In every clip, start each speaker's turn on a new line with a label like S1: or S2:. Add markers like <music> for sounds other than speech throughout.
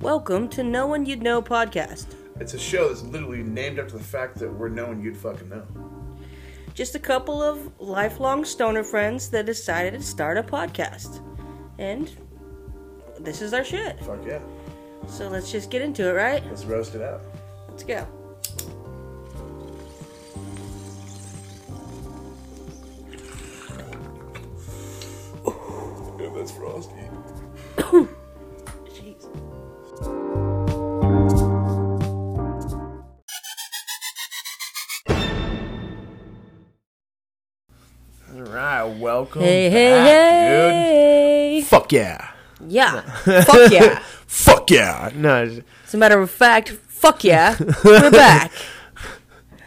S1: Welcome to No One You'd Know podcast.
S2: It's a show that's literally named after the fact that we're no one you'd fucking know.
S1: Just a couple of lifelong stoner friends that decided to start a podcast. And this is our shit.
S2: Fuck yeah.
S1: So let's just get into it, right?
S2: Let's roast it out.
S1: Let's go.
S2: Yeah, that's frosty.
S1: Jeez.
S2: All right, welcome.
S1: Hey,
S2: back,
S1: hey, hey.
S2: Dude. Fuck yeah. <laughs>
S1: Yeah. Fuck yeah.
S2: Fuck yeah. No. it's-
S1: <laughs> As a matter of fact, fuck yeah. We're back.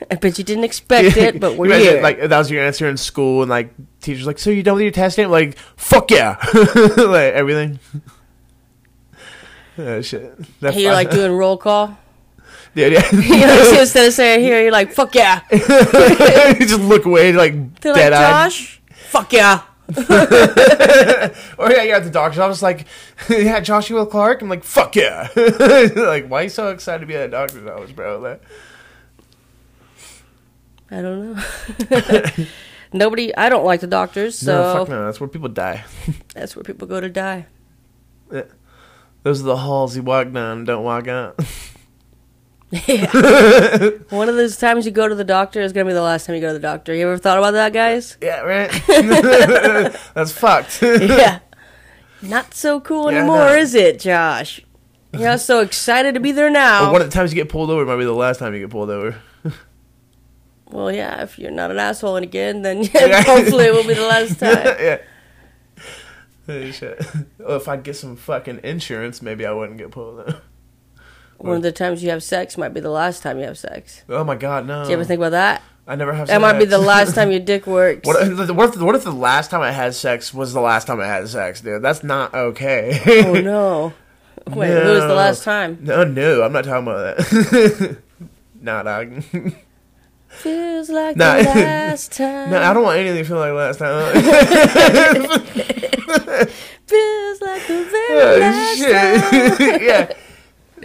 S1: I bet you didn't expect it,
S2: <laughs>
S1: but we're
S2: You imagine,
S1: here.
S2: Like that was your answer in school, and like teachers like, so you done with your test name? Like, fuck yeah, <laughs> like everything. Oh, shit. That's
S1: Hey, you're
S2: <laughs>
S1: like doing roll call. <laughs>
S2: yeah, yeah.
S1: You know, so instead of saying here, you're like, fuck
S2: <laughs>
S1: yeah.
S2: you just look away, like
S1: They're
S2: dead
S1: like,
S2: eyed.
S1: Josh, fuck yeah.
S2: Or Oh, yeah, you're at the doctor's office, like, <laughs> yeah, Joshua Clark. I'm like, fuck yeah. <laughs> like, why you so excited to be at a doctor's office, bro? Like,
S1: I don't know. <laughs> Nobody, I don't like the doctors,
S2: no,
S1: so
S2: fuck no, that's where people die.
S1: that's where people go to die. <laughs>
S2: Those are the halls you walk down, don't walk out. <laughs>
S1: One of those times you go to the doctor is going to be the last time you go to the doctor. You ever thought about that,
S2: <laughs>
S1: guys?
S2: yeah, right. that's
S1: <laughs>
S2: fucked. <laughs>
S1: yeah. Not so cool
S2: Yeah,
S1: anymore,
S2: no.
S1: is it, Josh? You're not so excited to be there now.
S2: But one of the times you get pulled over might be the last time you get pulled over.
S1: well, yeah, if you're not an asshole and again, then <laughs> <laughs> hopefully it will be the
S2: <laughs>
S1: last time.
S2: yeah. Holy shit. Well, if I'd get some fucking insurance, maybe I wouldn't get pulled over. <laughs>
S1: One of the times you have sex might be the last time you have sex.
S2: Oh my god, no.
S1: Do you ever think about that?
S2: I never have
S1: That might be
S2: sex.
S1: the last
S2: <laughs>
S1: time your dick works.
S2: What if, what, if, what if the last time I had sex was the last time I had sex, dude? That's not okay.
S1: oh no. Wait, who was the
S2: No.
S1: last time?
S2: <laughs> No, no, I'm not talking about that. <laughs> nah, dog. <laughs>
S1: Feels like
S2: Nah. <laughs>
S1: the last time.
S2: No, I don't want anything to feel like last time. <laughs>
S1: <laughs> Feels like the very
S2: Oh,
S1: last time.
S2: shit. <laughs> yeah.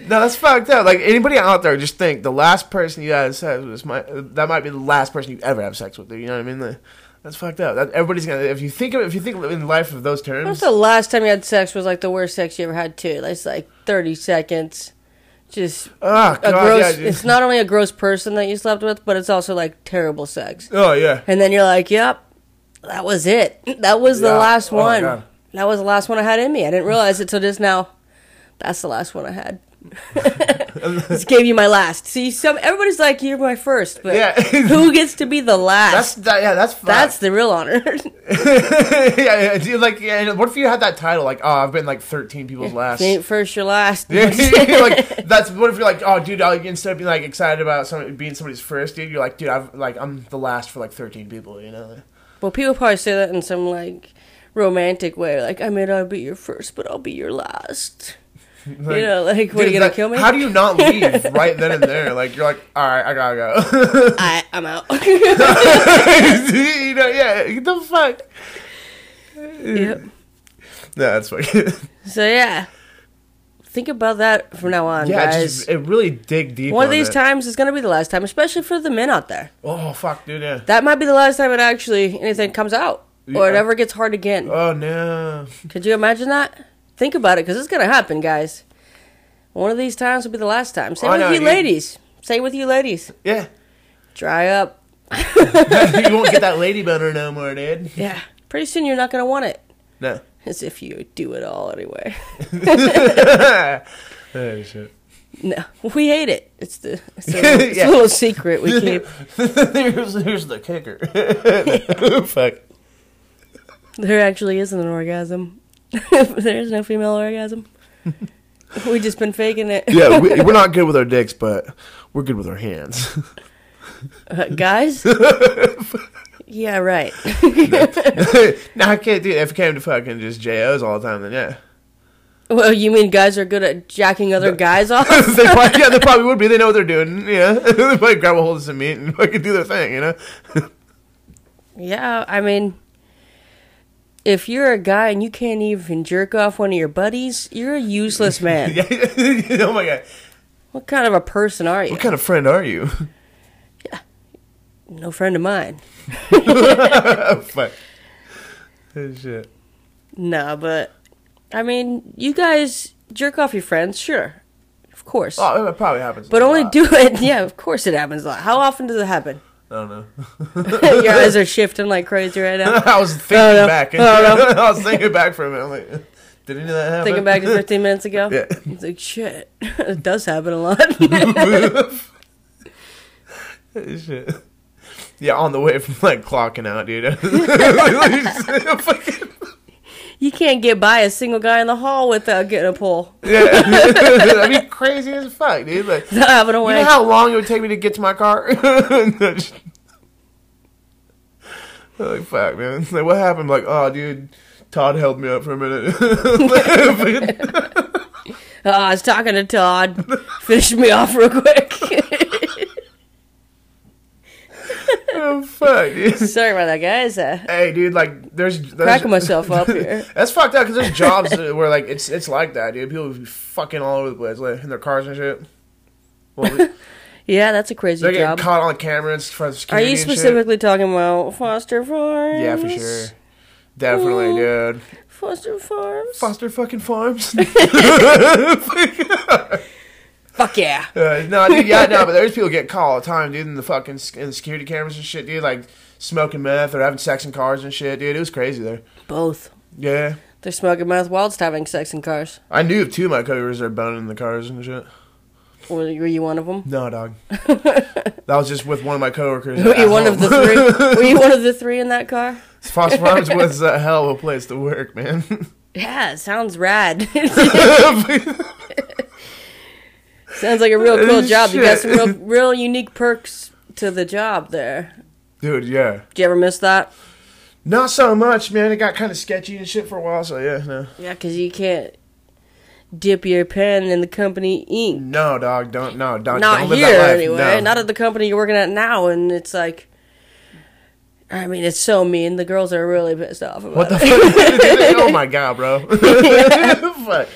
S2: No, that's fucked up. Like anybody out there, just think the last person you had sex with might that might be the last person you ever have sex with. Dude. You know what I mean? Like, that's fucked up. That, everybody's gonna if you think of if you think of it in life of those
S1: What's
S2: terms.
S1: the last time you had sex was like the worst sex you ever had too? That's like thirty seconds. Just
S2: Ah,
S1: a
S2: God,
S1: gross.
S2: yeah, dude.
S1: it's not only a gross person that you slept with, but it's also like terrible sex.
S2: Oh yeah.
S1: And then you're like, "Yep, that was it. That was the
S2: Yeah.
S1: last
S2: Oh, my
S1: one.
S2: God.
S1: that was the last one I had in me. I didn't realize it till just now. That's the last one I
S2: <laughs>
S1: had. just gave you my last. See, some everybody's like, "You're my first, but
S2: Yeah. <laughs>
S1: who gets to be the
S2: That's
S1: last?
S2: that, yeah, that's fucked.
S1: That's the real honor.
S2: <laughs>
S1: <laughs>
S2: yeah, yeah, dude, like yeah, and what if you had that title like, oh, I've been like thirteen people's last.
S1: you ain't first, you're last.
S2: <laughs>
S1: <laughs>
S2: Yeah, <laughs> like that's what if you're like, oh, dude, I, instead of being like excited about some, being somebody's first, dude, you're like, dude, I've like I'm the last for like 13 people, you know?
S1: Well, people probably say that in some like romantic way, like I may not be your first, but I'll be your last.
S2: Like,
S1: you know, like what are
S2: dude,
S1: you gonna
S2: that-
S1: kill me?
S2: How do
S1: <laughs>
S2: you not leave right then and there? Like you're like, all right, I gotta go.
S1: I, <laughs> I'm out.
S2: <laughs> you know, yeah, get the fuck.
S1: Yep.
S2: No, that's <laughs> fucking.
S1: So yeah, think about that from now on,
S2: Yeah,
S1: guys.
S2: just, it really dig deep.
S1: One of
S2: on
S1: these
S2: it.
S1: times is gonna be the last time, especially for the men out there.
S2: Oh fuck, dude. Yeah.
S1: That might be the last time it actually anything comes out, or it
S2: Yeah.
S1: ever gets hard again.
S2: Oh no.
S1: Could you imagine that? Think about it, because it's gonna happen, guys. One of these times will be the last time. Same
S2: I
S1: with
S2: know,
S1: you,
S2: dude.
S1: ladies. Same with you, ladies.
S2: Yeah.
S1: Dry up.
S2: <laughs> you won't get that lady boner no more, dude.
S1: Yeah. Pretty soon you're not going to want it.
S2: No.
S1: As if you do it all anyway. <laughs>
S2: Oh shit.
S1: No, we hate it. It's the it's a,
S2: Yeah. <laughs>
S1: little, it's a little secret we keep.
S2: here's, here's the <laughs> kicker. Fuck.
S1: There actually isn't an orgasm. <laughs> There's no female orgasm. we just been faking it.
S2: Yeah, we, we're not good with our dicks, but we're good with our <laughs> hands.
S1: <laughs> Uh,
S2: <laughs>
S1: guys? yeah, right. <laughs>
S2: now I can't do that. If it came to fucking just JOs all the time, then yeah.
S1: Well, you mean guys are good at jacking other guys
S2: <laughs>
S1: off?
S2: <laughs> they probably, yeah, they probably would be. They know what they're doing. Yeah, <laughs> they probably grab a hold of some meat and fucking do their thing. You know.
S1: yeah, I mean, if you're a guy and you can't even jerk off one of your buddies, you're a
S2: <laughs>
S1: useless man.
S2: <laughs> Yeah. oh my god.
S1: What kind of a person are you?
S2: What kind of friend are <laughs> you?
S1: No friend of mine.
S2: Fuck. Oh, shit.
S1: No, but I mean, you guys jerk off your friends, sure, of course,
S2: Oh, it probably happens.
S1: but
S2: a
S1: only
S2: lot.
S1: do it. <laughs> Yeah, of course, it happens a lot. How often does it happen? <laughs>
S2: I don't know. <laughs>
S1: your eyes are shifting like crazy right now.
S2: I was thinking
S1: no.
S2: back.
S1: No,
S2: <laughs> I was thinking back for a minute. I'm like, did any of that happen?
S1: Thinking back to 15 minutes ago,
S2: Yeah.
S1: it's like shit. <laughs> it does happen a lot. <laughs>
S2: <laughs> Shit. Yeah, on the way from like clocking out,
S1: <laughs>
S2: <laughs> dude.
S1: you can't get by a single guy in the hall without getting a pull. <laughs>
S2: yeah, that'd be crazy as fuck, dude. Like, you
S1: Not having a
S2: know
S1: way.
S2: how long it would take me to get to my car? <laughs> like, fuck, man. Like, what happened? Like, oh, dude, Todd held me up for a minute.
S1: Oh, I was talking to
S2: <laughs>
S1: Todd. Finished me off real quick.
S2: <laughs>
S1: <laughs>
S2: oh, fuck, dude.
S1: Sorry about that, guys. Uh,
S2: Hey, dude, like, there's, there's
S1: cracking myself up here.
S2: <laughs> That's fucked up because there's jobs that- where like it's it's like that, dude. People be fucking all over the place, like in their cars and shit.
S1: <laughs>
S2: Well,
S1: Yeah, that's a crazy
S2: they're getting
S1: job.
S2: caught on camera and stuff.
S1: Are you specifically talking about foster farms?
S2: Yeah, for sure. Definitely, dude.
S1: Foster farms.
S2: Foster fucking farms. <laughs>
S1: Fuck yeah.
S2: Uh, no, dude, yeah, no, but there's people get caught all the time, dude, in the fucking sc- in security cameras and shit, dude, like smoking meth or having sex in cars and shit, dude. It was crazy there.
S1: Both.
S2: Yeah,
S1: They're smoking meth whilst having sex in cars.
S2: I knew of two of my coworkers that were boning in the cars and shit.
S1: Or were you one of
S2: <laughs>
S1: them?
S2: No, dog. that was just with one of my
S1: <laughs>
S2: coworkers.
S1: Were
S2: at
S1: you one of
S2: home.
S1: the three?
S2: <laughs>
S1: Were you one of the three in that car?
S2: Foster Farms was a hell of a place to work, man. <laughs>
S1: Yeah, sounds rad. <laughs>
S2: yeah,
S1: sounds like a real cool job. You got some
S2: Shit.
S1: real, real unique perks to the job there.
S2: dude, yeah.
S1: Did you ever miss that?
S2: Not so much, man. It got kind of sketchy and shit for a while, so yeah, no,
S1: Yeah, because you can't dip your pen in the company ink.
S2: no, dog, don't, no, don't,
S1: Not
S2: don't live
S1: here
S2: that life.
S1: anyway.
S2: no.
S1: Not at the company you're working at now, and it's like. I mean, it's so mean. The girls are really pissed off about
S2: what the
S1: it.
S2: fuck? <laughs> oh my
S1: <laughs>
S2: god, bro. Fuck.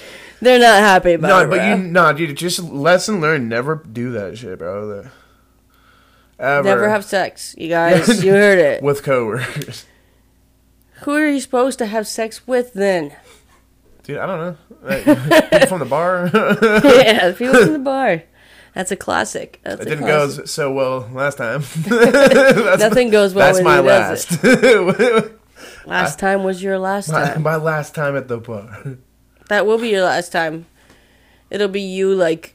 S1: They're not happy about
S2: No,
S1: it.
S2: but
S1: bro.
S2: you, no, dude. Just lesson learned. Never do that shit, bro. That- Ever.
S1: never have sex, you guys. you heard it.
S2: <laughs> with coworkers, <laughs>
S1: Who are you supposed to have sex with
S2: <laughs>
S1: then?
S2: dude. I don't know.
S1: <laughs>
S2: Like, people from the bar. <laughs>
S1: yeah, people in the bar. That's a classic. That's
S2: It
S1: a
S2: didn't
S1: classic.
S2: go so well
S1: <laughs>
S2: last time. <laughs> That's-
S1: Nothing goes well when
S2: That's my
S1: he does
S2: last. <laughs> my,
S1: Last time was your last time.
S2: my last time at the bar.
S1: That will be your last time. It'll be you like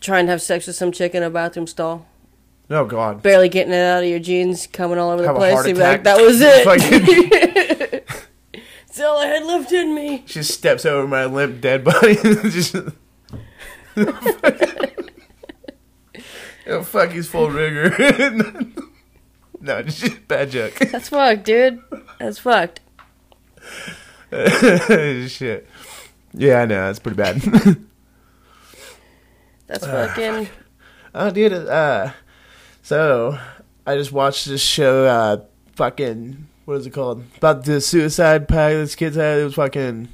S1: trying to have sex with some chick in a bathroom stall,
S2: Oh God.
S1: barely getting it out of your jeans, coming all over the
S2: Have a
S1: place.
S2: heart
S1: You'll be like,
S2: attack.
S1: that
S2: <laughs>
S1: was it.
S2: Fucking-
S1: <laughs> it's all I had left in me.
S2: She just steps over my limp dead body. <laughs> just. oh fuck, he's full of rigor. <laughs> no, just bad joke. <laughs>
S1: That's fucked, dude. That's fucked.
S2: Shit. Yeah, I know that's pretty bad. <laughs>
S1: That's fucking.
S2: Oh, dude. Uh, so I just watched this show. Uh, fucking what is it called? About the suicide pact this kids had. It was fucking.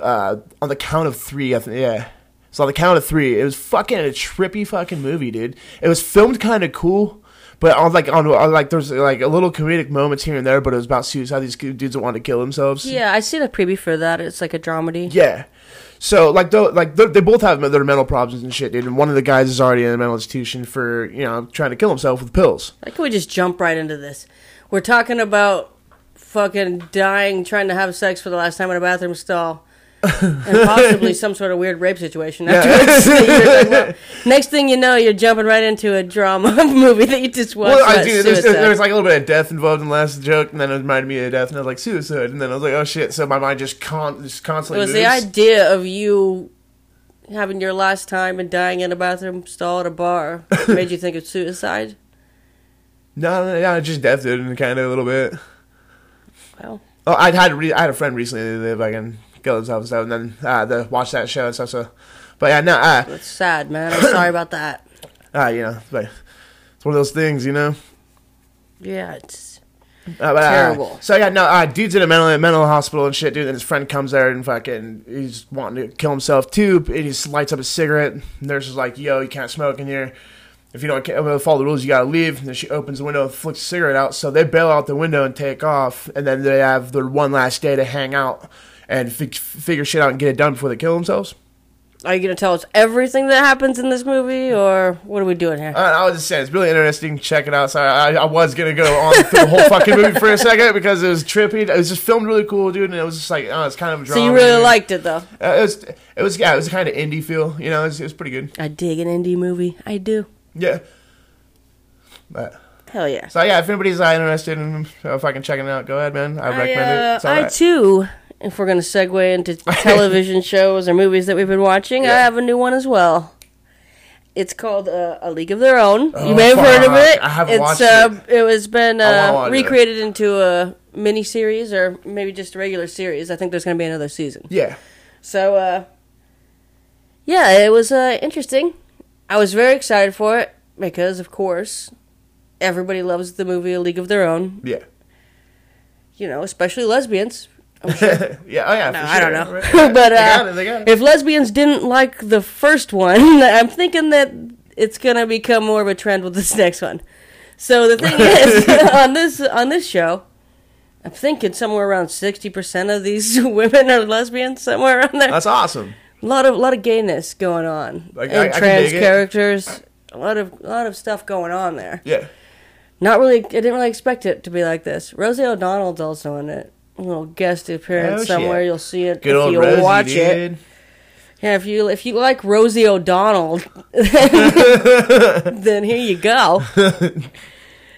S2: Uh, on the count of three, I think. Yeah. So on the count of three, it was fucking a trippy fucking movie, dude. It was filmed kind of cool, but on like on, on like there's like a little comedic moments here and there, but it was about suicide. These dudes that wanted to kill themselves.
S1: Yeah, I seen a preview for that. It's like a dramedy.
S2: Yeah. So like though like they they both have their mental problems and shit, dude. And one of the guys is already in a mental institution for you know trying to kill himself
S1: <laughs>
S2: with pills.
S1: Why can we just jump right into this? We're talking about fucking dying, trying to have sex for the last time in a bathroom stall,
S2: <laughs>
S1: and possibly some sort of weird rape situation. Afterwards. <laughs> Next thing you know, you're jumping right into a drama <laughs> movie that you just watched.
S2: well, I
S1: about
S2: do. There's,
S1: suicide.
S2: there's like a little bit of death involved in the last joke, and then it reminded me of death, and I was like suicide, and then I was like, oh shit. So my mind just con just
S1: it
S2: constantly
S1: was the
S2: moves.
S1: idea of you having your last time and dying in a bathroom stall at a bar
S2: <laughs>
S1: made you think of suicide.
S2: no, no, no, just death, dude, and kind of a little bit.
S1: Well,
S2: Oh, I had re- I had a friend recently that fucking killed himself and stuff, and then uh, the watched that show and stuff. So, but yeah, no, uh,
S1: that's sad, man. I'm sorry about that.
S2: uh, you know, but it's one of those things, you know.
S1: Yeah, it's
S2: Uh, but, uh,
S1: Terrible.
S2: so yeah, no, uh, dude's in a mental mental hospital and shit, dude. And his friend comes there and fucking he's wanting to kill himself too. And he just lights up a cigarette. Nurse is like, "Yo, you can't smoke in here. If you don't ca- uh, follow the rules, you gotta leave." And then she opens the window, flicks the cigarette out. So they bail out the window and take off. And then they have their one last day to hang out and fi- figure shit out and get it done before they kill themselves.
S1: Are you going to tell us everything that happens in this movie, or what are we doing here?
S2: I, I was just saying, it's really interesting. Check it out. So I, I was gonna go on through the whole fucking movie for a second because it was trippy. It was just filmed really cool, dude, and it was just like, oh, it's kind of a drama.
S1: so you really
S2: dude.
S1: liked it, though.
S2: Uh, it was, it was, yeah, it was kind of indie feel. You know, it was, it was pretty good.
S1: I dig an indie movie. I do.
S2: Yeah. But
S1: Hell yeah.
S2: so yeah, if anybody's uh, interested in uh, fucking checking it out, go ahead, man. I
S1: I,
S2: recommend it.
S1: uh,
S2: It's all
S1: I
S2: right.
S1: too, if we're going to segue
S2: <laughs>
S1: into television shows or movies that we've been watching, I
S2: Yeah.
S1: have a new one as well. It's called uh, A League of Their Own.
S2: Oh,
S1: you may have heard of
S2: fuck.
S1: it.
S2: I haven't
S1: it's,
S2: watched
S1: uh, it. has been
S2: I wanna
S1: uh,
S2: watch it.
S1: recreated into a mini series or maybe just a regular series. I think there's going to be another season.
S2: yeah.
S1: So, uh, yeah, it was uh, interesting. I was very excited for it because, of course, everybody loves the movie A League of Their Own.
S2: Yeah. <laughs>
S1: You know, especially lesbians.
S2: yeah. Oh yeah.
S1: No,
S2: for
S1: I don't <laughs>
S2: sure.
S1: know.
S2: Right.
S1: but
S2: They got
S1: uh,
S2: it, they got it.
S1: if lesbians didn't like the first one, <laughs> I'm thinking that it's gonna become more of a trend with this <laughs> next one. So the <laughs> thing is, on this on this show, I'm thinking somewhere around sixty percent of these <laughs> women are lesbians, somewhere around there.
S2: That's awesome.
S1: A lot of lot of gayness going on,
S2: Like, I- I
S1: and
S2: can
S1: trans
S2: dig it.
S1: characters. A lot of lot of stuff going on there.
S2: Yeah.
S1: Not really. I didn't really expect it to be like this. Rosie O'Donnell's also in it. A little guest appearance
S2: Oh, shit.
S1: somewhere. You'll see it if
S2: Good old
S1: you
S2: Rosie,
S1: watch it.
S2: dude.
S1: Yeah, if you if you like Rosie
S2: <laughs>
S1: O'Donnell, <laughs> then here you go.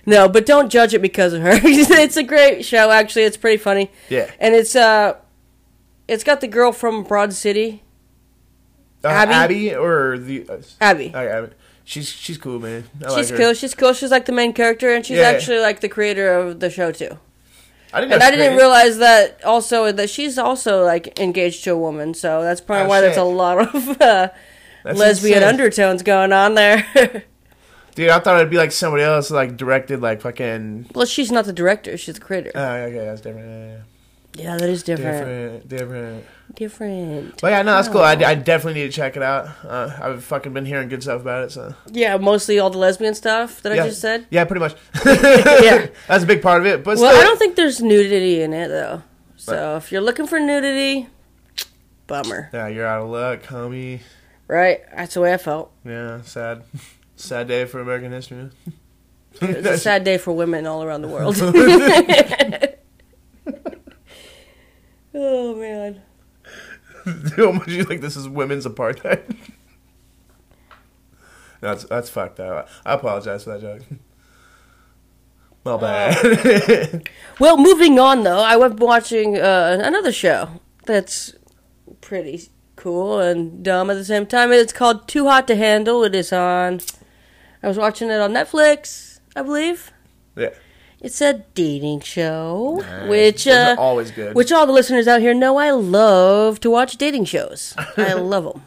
S1: No, but don't judge it because of her. <laughs> it's a great show, actually. It's pretty funny,
S2: <laughs> Yeah.
S1: and it's uh, it's got the girl from Broad City,
S2: Uh,
S1: Abby?
S2: Abby? or the. Uh,
S1: Abby.
S2: I, I, she's she's cool, man. I like
S1: she's
S2: her.
S1: cool. She's cool. She's like the main character, and she's
S2: Yeah.
S1: actually like the creator of the show too.
S2: I didn't.
S1: And
S2: know
S1: I
S2: she
S1: didn't
S2: created-
S1: realize that also that she's also like engaged to a woman, so that's probably
S2: Oh,
S1: why there's a
S2: shit.
S1: lot of <laughs> uh,
S2: That's
S1: lesbian
S2: insane.
S1: undertones going on there. <laughs>
S2: Dude, I thought it'd be like somebody else, like directed, like fucking.
S1: well, she's not the director; she's the creator.
S2: Oh, okay, that's different.
S1: yeah, that is
S2: Yeah, yeah, yeah.
S1: different.
S2: Different, different.
S1: Different.
S2: But yeah, no, that's cool. I, I definitely need to check it out. Uh, I've fucking been hearing good stuff about it, so
S1: Yeah, mostly all the lesbian stuff that
S2: yeah.
S1: I just said.
S2: Yeah, pretty much.
S1: <laughs>
S2: <laughs>
S1: Yeah.
S2: that's a big part of it. But
S1: Well,
S2: still,
S1: I don't think there's nudity in it though. So if you're looking for nudity, bummer.
S2: yeah, you're out of luck, homie.
S1: Right? That's the way I felt.
S2: Yeah, sad, sad day for American history. <laughs>
S1: It's a sad day for women all around the world. <laughs> oh man.
S2: Dude, <laughs> how much you think this is women's apartheid? <laughs> that's that's fucked up. I apologize for that joke. <laughs> My bad.
S1: Well, moving on though, I was watching uh, another show that's pretty cool and dumb at the same time. It's called Too Hot to Handle. It is on. I was watching it on Netflix, I believe.
S2: <laughs> yeah,
S1: It's a dating show,
S2: Nice.
S1: which
S2: Those
S1: uh,
S2: are always good.
S1: Which all the listeners out here know, I love to watch dating shows. I love them.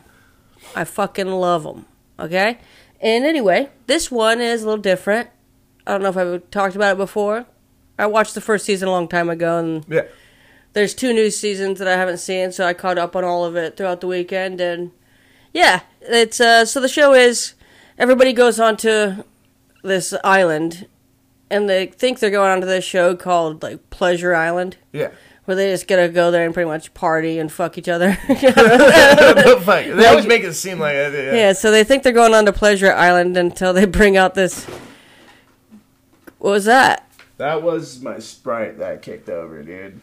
S1: I fucking love them. Okay. And anyway, this one is a little different. I don't know if I've talked about it before. I watched the first season a long time ago, and
S2: yeah.
S1: there's two new seasons that I haven't seen, so I caught up on all of it throughout the weekend. And yeah, it's uh, so the show is everybody goes onto this island, and they think they're going onto this show called like Pleasure Island <laughs>
S2: Yeah. <laughs>
S1: where they just gonna go there and pretty much party and fuck each other. <laughs>
S2: But fuck, they always make it seem like it. Yeah.
S1: yeah, so they think they're going on to Pleasure Island until they bring out this. What was that?
S2: That was my sprite that kicked over, dude.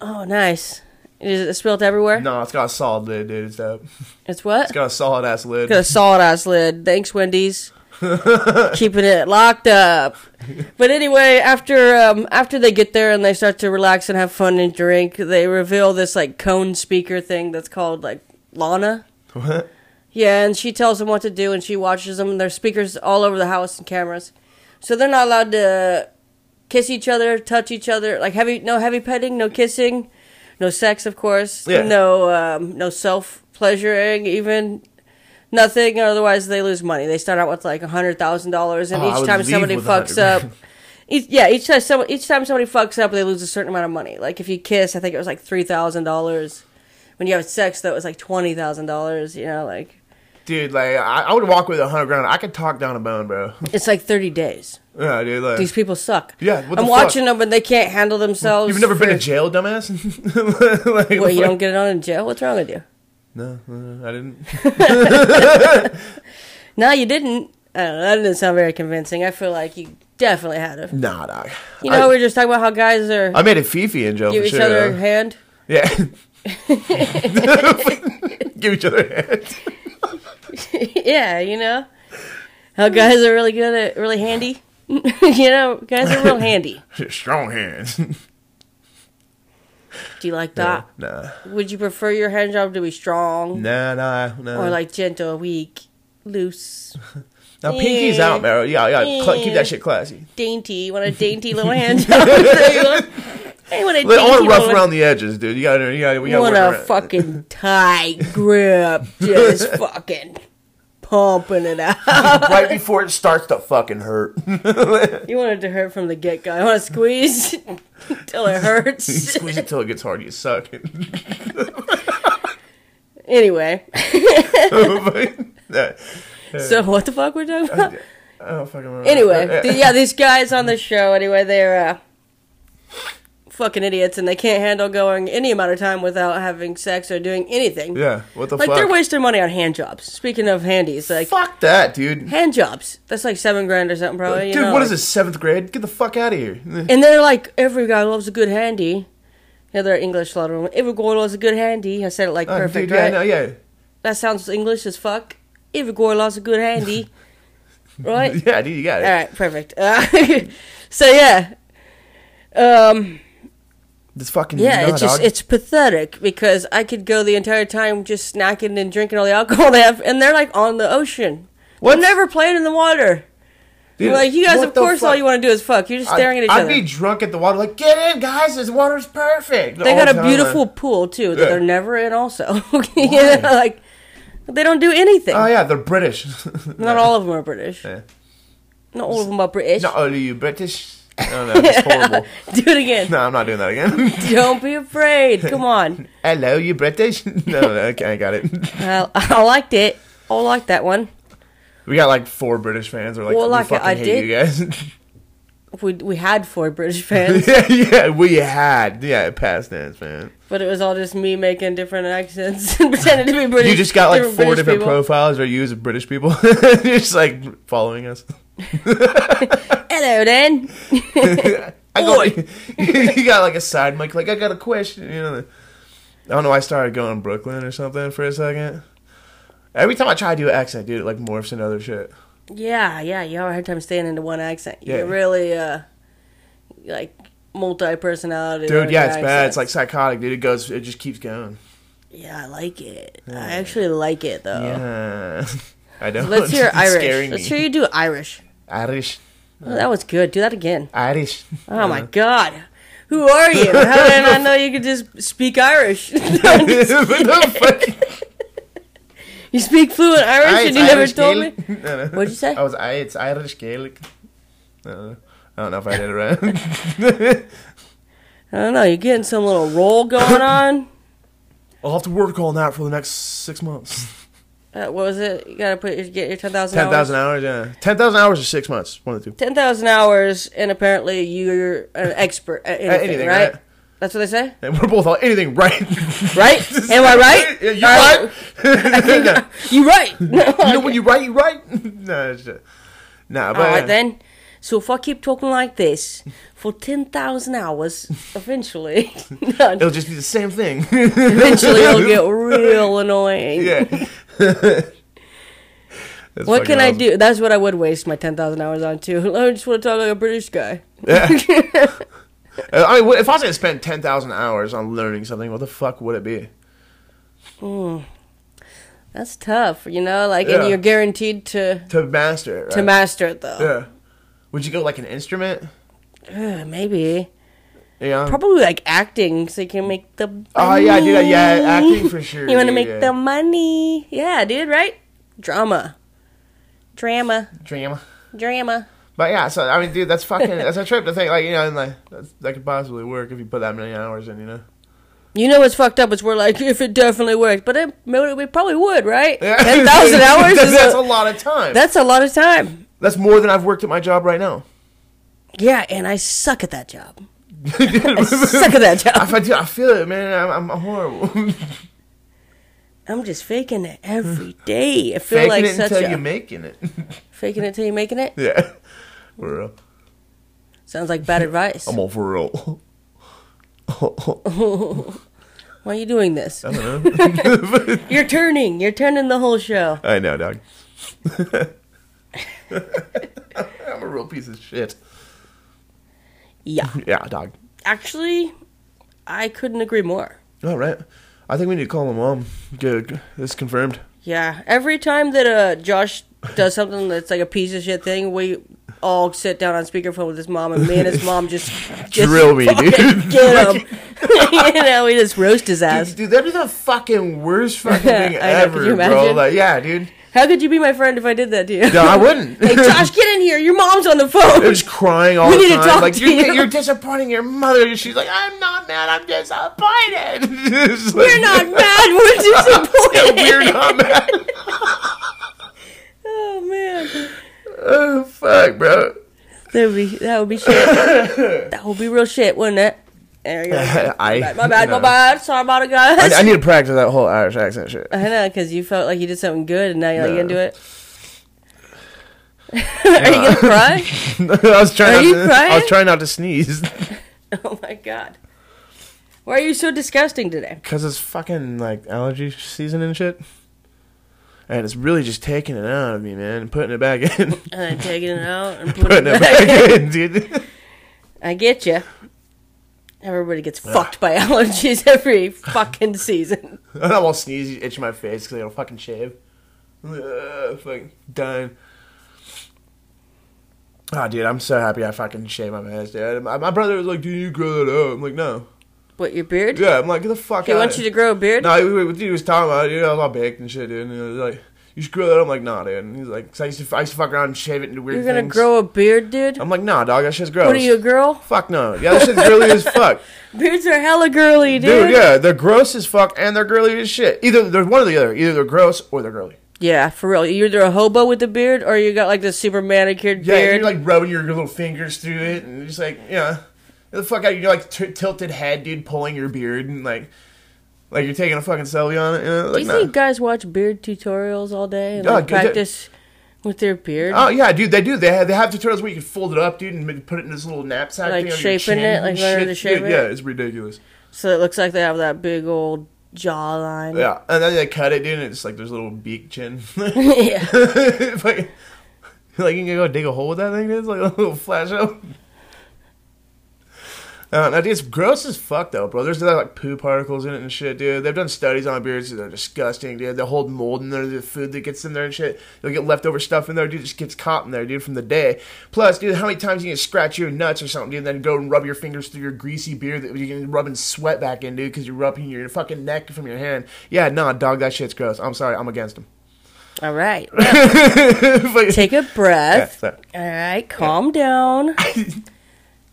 S1: Oh, nice. Is it spilled everywhere?
S2: No, it's got a solid lid, dude. It's dope.
S1: It's what?
S2: It's got a solid ass lid.
S1: Got a solid ass lid. Thanks, Wendy's. Keeping it locked up. But anyway, after um, after they get there and they start to relax and have fun and drink, they reveal this like cone speaker thing that's called like Lana.
S2: <laughs> What?
S1: Yeah, and she tells them what to do, and she watches them. And there's speakers all over the house and cameras, so they're not allowed to kiss each other, touch each other, like heavy, no heavy petting, no kissing, no sex, of course,
S2: Yeah.
S1: no, um, no self pleasuring, even nothing. Otherwise, they lose money. They start out with like a hundred thousand dollars, and
S2: Oh, I
S1: each
S2: would
S1: time
S2: leave
S1: somebody
S2: <laughs> with
S1: fucks
S2: 100.
S1: up, each, yeah, each time someone, each time somebody fucks up, they lose a certain amount of money. Like if you kiss, I think it was like three thousand dollars. When you have sex, though, it was like twenty thousand dollars. You know, like
S2: Dude, like I, I would walk with a hundred grand. I could talk down a bone, bro. <laughs>
S1: it's like thirty days.
S2: Yeah, dude. Like
S1: These people suck.
S2: Yeah, what the
S1: I'm
S2: fuck?
S1: watching them, and they can't handle themselves.
S2: you've never
S1: <laughs>
S2: been
S1: for-
S2: in jail, dumbass. <laughs> like,
S1: Wait, you
S2: like-
S1: don't get it on in jail? What's wrong with you?
S2: No, no, I didn't.
S1: No, you didn't. I don't know, that didn't sound very convincing. I feel like you definitely had it.
S2: <laughs> Nah, dog.
S1: You know, we were just talking about how guys are
S2: I, I made a fifi in jail
S1: give
S2: for
S1: each
S2: sure.
S1: other a
S2: though.
S1: hand. <laughs>
S2: Yeah. Give each other a hand.
S1: yeah, you know how guys are really good at really handy. <laughs> you know, guys are real handy.
S2: Strong hands.
S1: Do you
S2: <laughs>
S1: like that?
S2: Nah.
S1: Would you prefer your hand job to be strong
S2: Nah, nah, nah.
S1: or like gentle, weak, loose,
S2: now, pinky's
S1: Yeah.
S2: out, Meryl. Yeah, yeah. Cl- keep
S1: Yeah.
S2: that shit classy.
S1: dainty? You
S2: <laughs>
S1: want a dainty little hand job? <laughs> There you go. I want a
S2: Look, I
S1: dainty
S2: want to rough
S1: little-
S2: around the edges, dude. You gotta, you gotta, we
S1: You
S2: gotta
S1: want a
S2: work around.
S1: fucking tight grip,
S2: <laughs>
S1: just fucking pumping it out. <laughs>
S2: right before it starts to fucking hurt. <laughs>
S1: You want it to hurt from the get go. I want to squeeze <laughs> till it hurts.
S2: <laughs> Squeeze it till it <laughs> gets hard. You suck.
S1: <laughs> anyway,
S2: But-
S1: <laughs> so what the fuck we're talking
S2: <laughs>
S1: about?
S2: I don't fucking remember. <laughs>
S1: Anyway, th- yeah, these guys on the show. Anyway, they're uh, fucking idiots, and they can't handle going any amount of time without having sex or doing anything.
S2: Yeah, what the
S1: Like
S2: fuck?
S1: they're wasting money on hand jobs. Speaking of handies, like
S2: fuck that, dude.
S1: hand jobs. That's like seven grand or something, probably. Uh, you
S2: dude,
S1: know,
S2: what
S1: like-
S2: is this, seventh grade? Get the fuck out of here. Uh,
S1: And they're like, every guy loves a good handy. Yeah, they're English lot of them. Every girl loves a good handy. I said it like
S2: Oh,
S1: perfect,
S2: dude, yeah,
S1: right?
S2: no, yeah.
S1: That sounds English as fuck. Every girl loves a good
S2: <laughs>
S1: handy, right?
S2: Yeah, dude, you got it.
S1: All right, perfect. <laughs> Uh, so yeah, um,
S2: This fucking
S1: yeah,
S2: nah,
S1: it's just
S2: dog.
S1: it's pathetic because I could go the entire time just snacking and drinking all the alcohol <laughs> they have, and they're like on the ocean.
S2: What?
S1: They're never playing in the water.
S2: Dude,
S1: like you guys,
S2: what
S1: of
S2: the
S1: course, all
S2: fuck?
S1: you want to do is fuck. You're just staring
S2: I'd,
S1: at each
S2: I'd
S1: other.
S2: be drunk at the water, like, get in, guys, this water's perfect.
S1: They
S2: All
S1: got
S2: the
S1: a <laughs>
S2: time,
S1: beautiful
S2: like-
S1: pool too that
S2: Yeah.
S1: they're never in. Also, <laughs> You know, like they don't do anything.
S2: Oh, yeah, they're British. <laughs>
S1: Not all of them are British.
S2: Yeah.
S1: Not all of them are British.
S2: Not only you British. No, no,
S1: <laughs>
S2: it's horrible.
S1: Do it again.
S2: no, I'm not doing that again. <laughs>
S1: Don't be afraid. Come on.
S2: Hello, you British? <laughs> no, no, okay, I got it. <laughs>
S1: I, I liked it. I liked that one.
S2: We got like four British fans. Or like,
S1: Well,
S2: we
S1: like,
S2: fucking
S1: I
S2: hate
S1: did-
S2: you guys. <laughs>
S1: We we had four British fans,
S2: yeah, yeah, we had. Yeah, past tense, man.
S1: but it was all just me making different accents <laughs> and pretending to be British.
S2: You just got like four
S1: British
S2: different
S1: people.
S2: profiles or you as British people. <laughs> You're just like following us. <laughs>
S1: Hello, Dan.
S2: <laughs> I go,
S1: Oi.
S2: you got like a side mic, like I got a question. You know, I don't know. I started going Brooklyn or something for a second. Every time I try to do an accent, dude, it like morphs into other shit.
S1: <laughs> Yeah, yeah. You have a hard time staying into one accent. You're
S2: Yeah.
S1: really uh, like multi personality.
S2: Dude, yeah, it's bad. It's like psychotic, dude. It goes, it just keeps going.
S1: Yeah, I like it. I actually like it though.
S2: Yeah, <laughs> I don't.
S1: Oh. <laughs>
S2: <laughs>
S1: Let's hear
S2: It's
S1: Irish.
S2: scaring
S1: Let's
S2: me. Uh-huh.
S1: hear you do Irish.
S2: Irish,
S1: Oh, that was good. Do that again.
S2: Irish.
S1: Oh
S2: Uh-huh.
S1: my god. Who are you? How did I not know you could just speak Irish? <laughs>
S2: <laughs> What <laughs> the fuck?
S1: you speak fluent Irish
S2: I-
S1: and
S2: it's
S1: you never
S2: Irish
S1: told me.
S2: Gaelic. <laughs> No, no.
S1: What'd you say?
S2: I was I, it's Irish Gaelic. No, I don't know if I did it right.
S1: I don't know. You're getting some little roll going on.
S2: <laughs> I'll have to work on that for the next six months.
S1: Uh, what was it? You gotta put your, get your ten thousand.
S2: Ten thousand
S1: hours.
S2: hours, yeah. Ten thousand hours or six months, one of the two.
S1: Ten thousand hours, and apparently you're an expert at anything,
S2: Uh, anything,
S1: right?
S2: right?
S1: That's what they say,
S2: And we're both all anything right.
S1: <laughs>
S2: <laughs>
S1: right? Am I right?
S2: Yeah, you
S1: All
S2: right? <laughs> No.
S1: <laughs> You right?
S2: You know when you right, you right. <laughs> no, it's just, nah, but
S1: Oh All right
S2: yeah.
S1: then. So if I keep talking like this for ten thousand hours, eventually, <laughs>
S2: it'll <laughs> just be the same thing.
S1: eventually it'll
S2: <laughs>
S1: get real annoying.
S2: yeah. <laughs> That's
S1: What
S2: fucking
S1: can I
S2: awesome.
S1: do? That's what I would waste my ten thousand hours on too. <laughs> I just want to talk like a British guy.
S2: Uh, <laughs> I mean, what- if I was gonna spend ten thousand hours on learning something, what the fuck would it be?
S1: That's tough, you know. Like,
S2: Yeah.
S1: and you're guaranteed to
S2: To master it, right?
S1: to master it though.
S2: Yeah. Would you go like an instrument?
S1: Ugh, <sighs> maybe.
S2: Yeah.
S1: Probably like acting, so you can make the. Money.
S2: Oh yeah, dude. Yeah,
S1: <laughs>
S2: acting for sure.
S1: You want to
S2: dude,
S1: make
S2: yeah.
S1: the money, yeah, dude, right? Drama, drama,
S2: drama.
S1: drama.
S2: But yeah, so I mean, dude, that's
S1: <laughs>
S2: fucking that's a trip to think like you know, and like that's, that could possibly work if you put that many hours in, you know. <laughs>
S1: You know what's fucked up is we're like, <laughs> if it definitely worked, but it, it probably would, right? Ten thousand
S2: <laughs>
S1: hours.
S2: that's,
S1: is
S2: that's
S1: a,
S2: a lot of time.
S1: that's a lot of time.
S2: that's more than I've worked at my job
S1: <laughs>
S2: right now.
S1: Yeah, and I suck at that job.
S2: <laughs>
S1: I suck at that job.
S2: I, do, I feel it, man. I'm, I'm horrible. <laughs>
S1: I'm just faking it every day. I feel
S2: Faking
S1: like
S2: it
S1: such
S2: until
S1: a
S2: you're making it. <laughs>
S1: faking it till you're making it.
S2: yeah, for real.
S1: Sounds like bad advice.
S2: I'm all for <laughs> real.
S1: Why are you doing this?
S2: I don't know.
S1: You're turning. You're turning the whole show.
S2: I know, <laughs> dog. I'm a real piece of shit. <laughs>
S1: Yeah.
S2: Yeah, dog.
S1: Actually, I couldn't agree more.
S2: All right. I think we need to call my mom. Good. It's confirmed.
S1: Yeah. Every time that uh, Josh does something that's like a piece of shit thing, we all sit down on speakerphone with his mom, and me and his mom
S2: <laughs>
S1: just, just
S2: Drill me,
S1: fucking <laughs>
S2: dude. <laughs>
S1: Get him. you know, we just roast his ass.
S2: Dude, dude, that'd be the fucking <laughs> worst fucking thing
S1: I know, could
S2: ever,
S1: you
S2: bro.
S1: imagine?
S2: Like, yeah, dude.
S1: How could you be my friend if I did that to you?
S2: No, I <laughs> wouldn't.
S1: <laughs> hey, Josh, get in here. Your mom's on the
S2: They're <laughs>
S1: phone. <laughs>
S2: just crying all
S1: We
S2: the
S1: need to
S2: time.
S1: talk
S2: like
S1: to
S2: you're,
S1: you."
S2: you're disappointing your mother. She's like, I'm not mad. I'm disappointed. <laughs> It's like-
S1: We're
S2: <laughs>
S1: not mad. We're disappointed. <laughs>
S2: We're not mad.
S1: Oh man,
S2: Oh fuck, bro.
S1: that would be that would be shit.
S2: <coughs>
S1: that would be real shit, wouldn't it? There you go.
S2: <laughs> I,
S1: My bad,
S2: you know,
S1: my bad. Sorry about it, guys.
S2: I, I need to practice that whole Irish accent shit.
S1: <laughs> I know, because you felt like you did something good and now you're like
S2: No.
S1: into it. <laughs> Are you gonna
S2: <laughs>
S1: cry?
S2: Uh, I was trying.
S1: Are
S2: not
S1: you
S2: to, I
S1: crying?
S2: was trying not to sneeze <laughs>
S1: Oh my god. Why are you so disgusting today?
S2: because it's fucking like allergy season and shit. And it's really just taking it out of me, man, and putting it back in,
S1: And
S2: <laughs>
S1: then taking it out and putting
S2: putting
S1: it <laughs>
S2: it
S1: back.
S2: back in, dude.
S1: I get you. Everybody gets fucked by <laughs> allergies every fucking season.
S2: <laughs> And I'm all sneezy, itching my face because I don't fucking shave. Ugh, fucking done. Ah, dude, I'm so happy I fucking shaved my ass, dude. My, my brother was like, "Do you grow that out?" I'm like, "No."
S1: What, your beard?
S2: Yeah, I'm like, "Get the fuck
S1: He
S2: out."
S1: wants you to grow a beard?
S2: No, he, he, he was talking about it, dude. I was all baked and shit, dude. And he was like, "You should grow that." I'm like, "Nah, dude." And he's like, "Cause I used to, I used to fuck around and shave it into weird
S1: You're gonna
S2: things."
S1: grow a beard, dude?
S2: I'm like, "Nah, dog. That shit's gross."
S1: what are you, a girl?
S2: Fuck no. Yeah, that shit's girly as
S1: <laughs>
S2: fuck,
S1: Beards are hella girly, dude.
S2: dude. Yeah, they're gross as fuck and they're girly as shit. Either they're one or the other. Either they're gross or they're girly.
S1: Yeah, for real. You're either a hobo with a beard or you got like the super manicured
S2: Yeah,
S1: beard.
S2: you're like rubbing your little fingers through it and just like, yeah, Get the fuck out. You're like t- tilted head, dude, pulling your beard and like, like you're taking a fucking selfie on it. You know?
S1: Do
S2: Like,
S1: you
S2: nah.
S1: think guys watch beard tutorials all day and
S2: Yeah,
S1: like,
S2: good-
S1: practice with their beard?
S2: Oh yeah, dude, they do. They have they have tutorials where you can fold it up, dude, and make- put it in this little knapsack,
S1: Like
S2: thing on your
S1: shaping
S2: chin
S1: it,
S2: and
S1: like learning
S2: shit.
S1: to shape
S2: Dude,
S1: it?
S2: Yeah, it's ridiculous.
S1: so it looks like they have that big old jawline.
S2: Yeah, and then they cut it, dude, and it's like there's a little beak chin.
S1: <laughs>
S2: <laughs>
S1: Yeah.
S2: like, like you can go dig a hole with that thing, dude. It's like a little flash out. Uh, no, dude, it's gross as fuck though, bro. There's like poo particles in it and shit, dude. They've done studies on beards; they're disgusting, dude. They hold mold in there, the food that gets in there and shit. They'll get leftover stuff in there, dude. Just gets caught in there, dude, from the day. Plus, dude, how many times you can scratch your nuts or something, dude? And then go and rub your fingers through your greasy beard that you can rub and sweat back in, dude, because you're rubbing your fucking neck from your hand. Yeah, nah, dog, that shit's gross. I'm sorry, I'm against him.
S1: All right.
S2: <laughs>
S1: Take a breath. All right. Calm
S2: <laughs>
S1: down.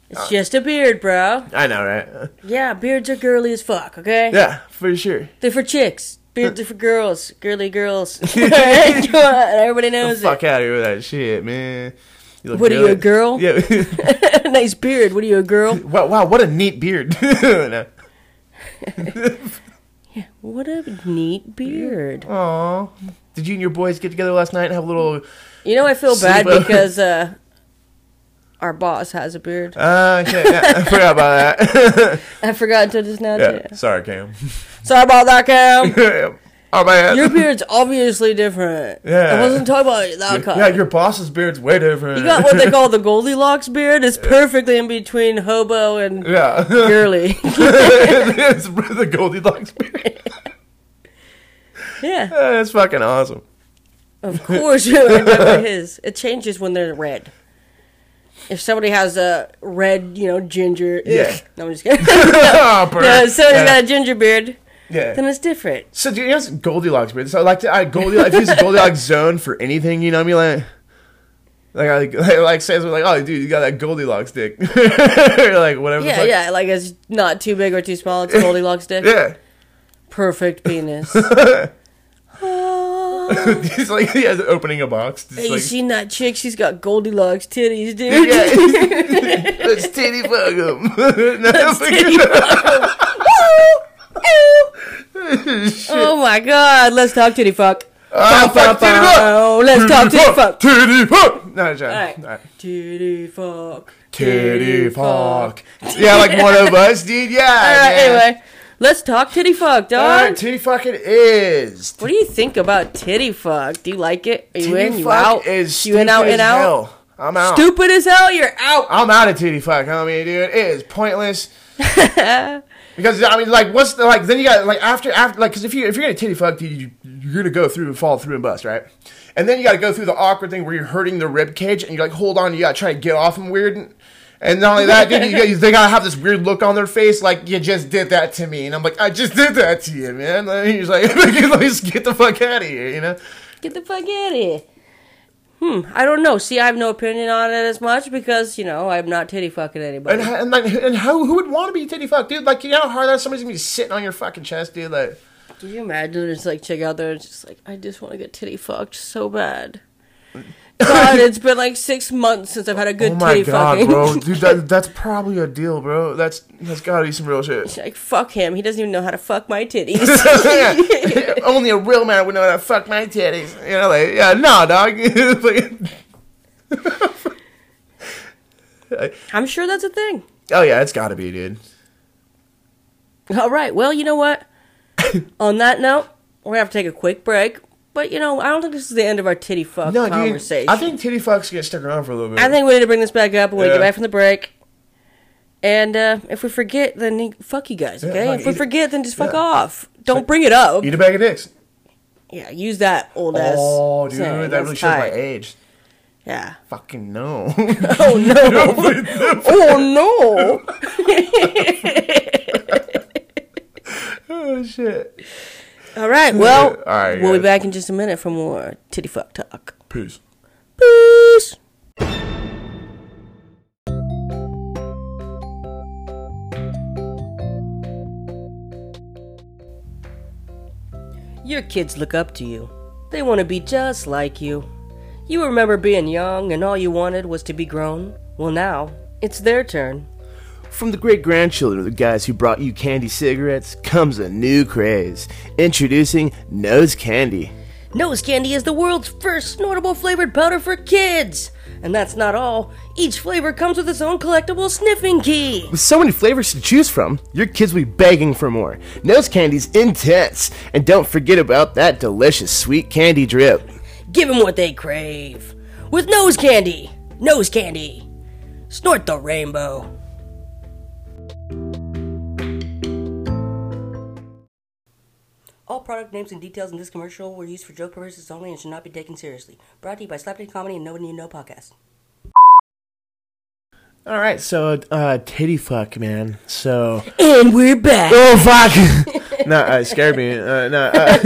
S1: It's just a beard, bro.
S2: I know, right?
S1: Yeah, beards are girly as fuck, okay?
S2: Yeah, for sure.
S1: They're for chicks. Beards are for girls. Girly
S2: <laughs>
S1: girls. <laughs> All right, come on. Everybody knows
S2: Fuck out of here with that shit, man. You look
S1: What, are you a
S2: good.
S1: girl?
S2: Yeah. <laughs>
S1: it. <laughs> nice beard. What are you, a girl?
S2: wow, wow, what a neat beard. <laughs> No.
S1: What a neat beard.
S2: Aw. Did you and your boys get together last night and have a little?
S1: You know, I feel bad
S2: Sleepover.
S1: because uh, our boss has a beard.
S2: Uh, okay, yeah,
S1: <laughs>
S2: I forgot about that. <laughs>
S1: I forgot until just now.
S2: yeah,
S1: too.
S2: sorry, Cam. <laughs>
S1: Sorry about that, Cam.
S2: oh man.
S1: Your beard's obviously different.
S2: Yeah.
S1: I wasn't talking about that kind.
S2: yeah, your boss's beard's way different.
S1: you got what
S2: <laughs>
S1: they call the Goldilocks beard. It's perfectly in between hobo and
S2: yeah,
S1: <laughs> girly.
S2: <laughs> it's the Goldilocks beard. <laughs>
S1: yeah,
S2: That's fucking awesome. <laughs>
S1: of course you remember his. It changes when they're red. If somebody has a red, you know, ginger.
S2: Yeah.
S1: No, I'm just
S2: <laughs>
S1: kidding. <laughs>
S2: Oh, bird.
S1: no, if somebody's
S2: yeah.
S1: got a ginger beard,
S2: yeah.
S1: then it's different.
S2: So dude, you know, it's Goldilocks, beard. So like, I Goldilocks. if you use Goldilocks zone for anything, you know what I mean? Like, Like, <laughs> like, like says, like, oh, dude, you got that Goldilocks dick, <laughs> or like whatever. the
S1: Yeah,
S2: fuck.
S1: yeah. Like it's not too big or too small. It's Goldilocks dick.
S2: <laughs> yeah. <laughs>
S1: Perfect penis. Ah.
S2: He's like, he has opening a box. Just
S1: Hey, you
S2: like, <laughs>
S1: seen that chick? She's got Goldilocks titties, dude.
S2: yeah,
S1: <laughs>
S2: let's titty fuck him. <laughs> No,
S1: titty
S2: <laughs> Shit.
S1: Oh my god, let's talk titty fuck.
S2: Ah,
S1: Bow,
S2: fuck,
S1: bow,
S2: titty
S1: bow.
S2: fuck.
S1: Let's talk titty fuck.
S2: Titty fuck. No, John.
S1: All right.
S2: All right.
S1: Titty fuck.
S2: Titty fuck. Yeah, like one of us,
S1: <laughs>
S2: dude. Yeah.
S1: All right, anyway, let's talk titty fuck,
S2: All right,
S1: dog.
S2: titty fuck it is.
S1: What do you think about titty fuck? Do you like it? Are you
S2: Titty
S1: in? You
S2: fuck
S1: out?
S2: Is
S1: you in?
S2: stupid
S1: Out?
S2: as
S1: In? Out?
S2: hell. I'm out.
S1: Stupid as hell. You're out.
S2: I'm out of titty fuck. I mean, dude, it is pointless. because I mean, like, what's the like? Then you got like after after like, because if you if you're gonna titty fuck, dude, you, you're gonna go through and fall through and bust, right? And then you got to go through the awkward thing where you're hurting the rib cage and you like hold on, you got to try to get off them weird. And, and not only that, dude, you, got- they gotta have this weird look on their face, like you just did that to me, and I'm like, I just did that to you, man. And he's like, <laughs> just get the fuck out of here, you know?
S1: Get the fuck out of here. Hmm. I don't know. See, I have no opinion on it as much because you know I'm not titty fucking
S2: And,
S1: anybody.
S2: ho- and like, and how who would want to be titty fuck, dude? Like, you know how hard that is? somebody's gonna be sitting on your fucking chest, dude. Like,
S1: Can you imagine there's like chick out there and just like, I just want to get titty fucked so
S2: <coughs>
S1: bad. God, it's been like six months since I've had a good
S2: oh my
S1: titty
S2: god,
S1: fucking. <laughs>
S2: bro, dude, that, that's probably a deal, bro. That's that's gotta be some real shit.
S1: like fuck him. He doesn't even know how to fuck my titties.
S2: <laughs>
S1: <laughs>
S2: Only a real man would know how to fuck my titties. You know, like, yeah, no, dog. <laughs> Like-
S1: I'm sure that's a thing.
S2: oh yeah, it's gotta be, dude.
S1: All right. Well, you know what?
S2: <coughs>
S1: On that note, we're gonna have to take a quick break. But you know, I don't think this is the end of our titty fuck
S2: No,
S1: conversation.
S2: dude, I think titty fucks gonna stick around for a little bit.
S1: I think we need to bring this back up when we
S2: Yeah.
S1: get back from the break. And uh, if we forget, then you- fuck you guys, okay?
S2: no,
S1: if we
S2: eat it.
S1: forget, then just fuck
S2: Yeah.
S1: off. Don't bring it up.
S2: eat a bag of dicks.
S1: Yeah, use that old ass.
S2: Oh, dude,
S1: saying.
S2: that
S1: That's
S2: really shows my
S1: tight.
S2: age. <laughs>
S1: Yeah.
S2: Fucking no.
S1: <laughs> Oh no. oh no.
S2: <laughs> oh shit.
S1: All
S2: <laughs>
S1: right. Well,
S2: All right,
S1: we'll be
S2: guys.
S1: back in just a minute for more titty fuck talk.
S2: Peace.
S1: Peace. Your kids look up to you. They want to be just like you. You remember being young and all you wanted was to be grown. Well, now it's their turn.
S3: From the great grandchildren of the guys who brought you candy cigarettes comes a new craze. Introducing Nose Candy.
S1: Nose candy is the world's first snortable flavored powder for kids. And that's not all. Each flavor comes with its own collectible sniffing key.
S3: With so many flavors to choose from, your kids will be begging for more. Nose Candy's intense, and don't forget about that delicious sweet candy drip.
S1: Give them what they crave. With nose candy. Nose candy. Snort the rainbow. All product names and details in this commercial were used for joke purposes only and should not be taken seriously. Brought to you by Slapdick Comedy and Nobody You Know podcast.
S3: All right, so uh, titty fuck, man. So
S1: And we're back.
S3: <laughs> oh fuck.
S2: no, uh, it scared me. Uh, no, uh,
S3: <laughs>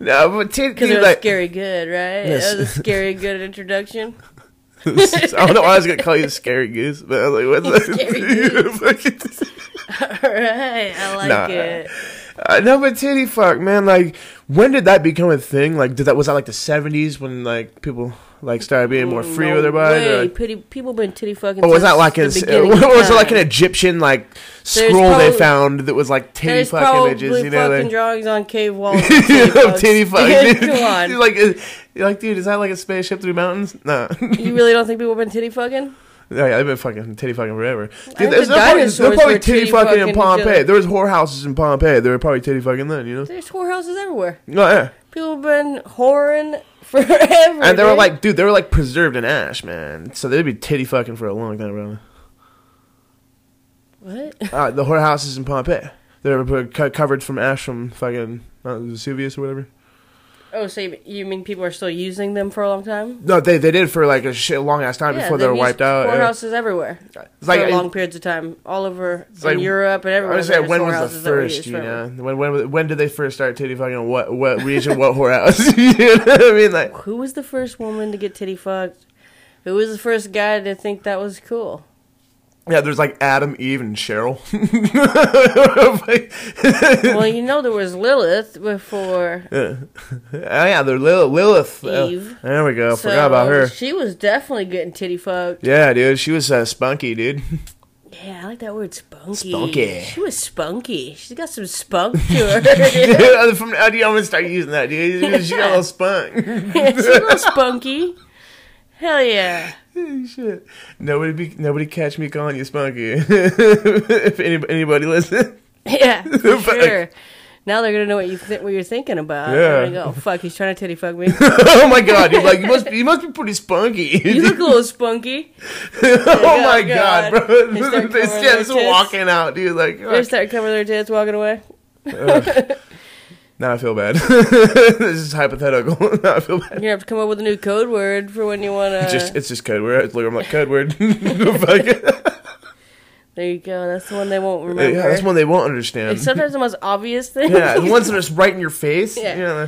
S2: no, but titty
S1: Because it
S2: dude,
S1: was
S2: like,
S1: scary good, right?
S3: Yes.
S1: That was a scary good introduction. <laughs>
S2: I don't know why I was gonna call you scary goose, but I was like, what's <laughs>
S1: Scary
S2: that?
S1: All right, I like
S2: Nah.
S1: it.
S2: uh, no, but titty fuck, man. Like, when did that become a thing? Like, did that was that like the seventies when like people like started being more free
S1: No
S2: with their bodies?
S1: way.
S2: Or, like,
S1: Pretty, people been titty fucking.
S2: or was
S1: since
S2: that like
S1: the
S2: a,
S1: beginning
S2: or
S1: of
S2: <laughs> was it like an
S1: time.
S2: Egyptian like scroll they
S1: probably-
S2: found that was like titty
S1: There's
S2: fuck
S1: probably
S2: images? You know,
S1: fucking
S2: <laughs> like,
S1: drawings on cave walls. of
S2: of
S1: fucks.
S2: titty
S1: <laughs>
S2: fuck. dude.
S1: Come on,
S2: You're like, uh, you're like, dude, is that like a spaceship through mountains? <laughs> No.
S1: you really don't think people been titty fucking?
S2: yeah, yeah, they've been fucking titty fucking forever.
S1: think
S2: Dude, there's
S1: the
S2: no probably,
S1: dinosaurs
S2: they're probably
S1: were
S2: titty,
S1: titty
S2: fucking,
S1: fucking
S2: in
S1: each other.
S2: Pompeii. There was whorehouses in Pompeii. They were probably titty fucking then, you know?
S1: There's whorehouses everywhere.
S2: No, yeah.
S1: People been whoring <laughs> forever.
S2: And they were
S1: dude.
S2: like, dude, they were like preserved in ash, man. So they'd be titty fucking for a long time, bro.
S1: what?
S2: Uh, the whorehouses in Pompeii. They were co- covered from ash from fucking Mount Vesuvius or uh, whatever.
S1: Oh, so you, you mean people are still using them for a long time?
S2: No, they, they did for like a shit long ass time before they
S1: they've
S2: were
S1: used
S2: wiped out. yeah.
S1: Whorehouses everywhere.
S2: It's like
S1: for long periods of time, all over in
S2: like-
S1: Europe and
S2: I
S1: everywhere.
S2: was gonna say,
S1: there's
S2: when was the
S1: whorehouses that were
S2: first?
S1: used
S2: You
S1: forever.
S2: know, when when was- when did they first start titty fucking? on What what region? what whorehouse? <laughs> you know what I mean? Like
S1: Who was the first woman to get titty fucked? Who was the first guy to think that was
S2: <laughs>
S1: cool?
S2: yeah, there's like Adam, Eve, and Cheryl. <laughs>
S1: well, you know there was Lilith before
S2: oh yeah, they're Lil- Lilith. Oh,
S1: Eve.
S2: there we go.
S1: so
S2: Forgot about her.
S1: She was definitely getting titty fucked.
S2: Yeah, dude, she was uh, spunky, dude. <laughs>
S1: Yeah, I like that word spunky.
S2: Spunky.
S1: She was spunky. She's got some spunk to her. <laughs> She's
S2: From now, dude, I'm gonna start using that, dude.
S1: <laughs>
S2: She got a little spunk. <laughs>
S1: a little spunky. Hell yeah.
S2: Shit, nobody be nobody catch me calling you spunky. <laughs> if anybody, anybody listen, <laughs>
S1: Yeah, for
S2: Fuck.
S1: sure. Now they're gonna know what you th- what you're thinking about.
S2: Yeah.
S1: They're gonna go, oh, fuck, he's trying to titty fuck me. <laughs>
S2: oh my god, dude, like you must you must be pretty spunky.
S1: you
S2: <laughs>
S1: look a little spunky.
S2: oh
S1: Yeah,
S2: my
S1: God.
S2: god, bro!
S1: They start
S2: <laughs> They
S1: covering their
S2: just
S1: tits.
S2: walking out, dude. Like,
S1: They
S2: oh,
S1: start covering their tits, walking away.
S2: now I feel bad. <laughs> this is hypothetical. <laughs> now I feel
S1: You're
S2: bad.
S1: gonna have to come up with a new code word for when you wanna.
S2: It's just it's just code word. It's like- I'm like code word. <laughs>
S1: <laughs>
S2: Fuck it.
S1: there you go. That's the one they won't remember.
S2: yeah, that's one they won't understand.
S1: It's sometimes the most obvious thing.
S2: <laughs> yeah, the ones that
S1: <laughs>
S2: are just right in your face.
S1: Yeah. <laughs>
S2: Yeah, yeah.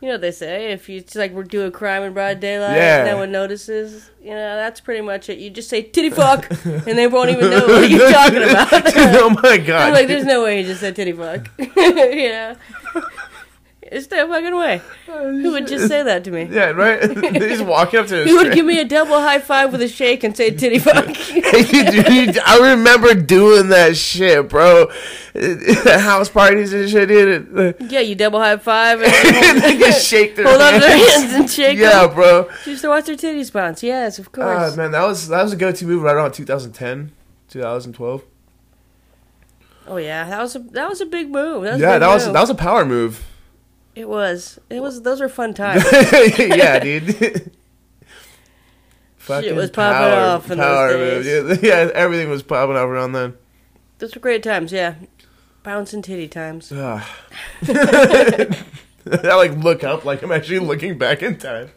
S1: You know what they say? If you it's like we're do a crime in broad daylight,
S2: Yeah.
S1: no one notices. You know, that's pretty much it. You just say titty fuck, and they won't even know what you're talking
S2: <laughs>
S1: about.
S2: oh my
S1: <laughs>
S2: god!
S1: I'm like, there's no way he just said titty fuck. <laughs> you know? There's no fucking way. Who would just say that to me?
S2: Oh,
S1: <laughs>
S2: yeah, right. <laughs> they just walking up to. a
S1: Who would
S2: stranger. <laughs>
S1: give me a double high five with a shake and say titty fuck?
S2: Dude, I remember doing that shit, bro. <laughs> At house parties and shit, dude.
S1: <laughs>
S2: <laughs>
S1: yeah, you double high five and <laughs>
S2: They just shake their
S1: hold on to their
S2: hands.
S1: hands and shake
S2: Yeah,
S1: them.
S2: bro.
S1: She used to watch their titties bounce. Yes, of course.
S2: Ah, man, that was that was a go-to move right around 2010, 2012.
S1: oh yeah, that was a that was a big move. That was a
S2: yeah,
S1: big
S2: that was
S1: move.
S2: that was a power move.
S1: <laughs> it was it was those were
S2: <laughs>
S1: fun times.
S2: yeah,
S1: <laughs>
S2: dude. Fucking
S1: was popping off in those days.
S2: move, dude. Yeah, <laughs> everything was popping off
S1: <laughs>
S2: around then.
S1: those were great times. Yeah, bouncing titty times.
S2: Ah. <laughs> I like look up like I'm actually looking back in time.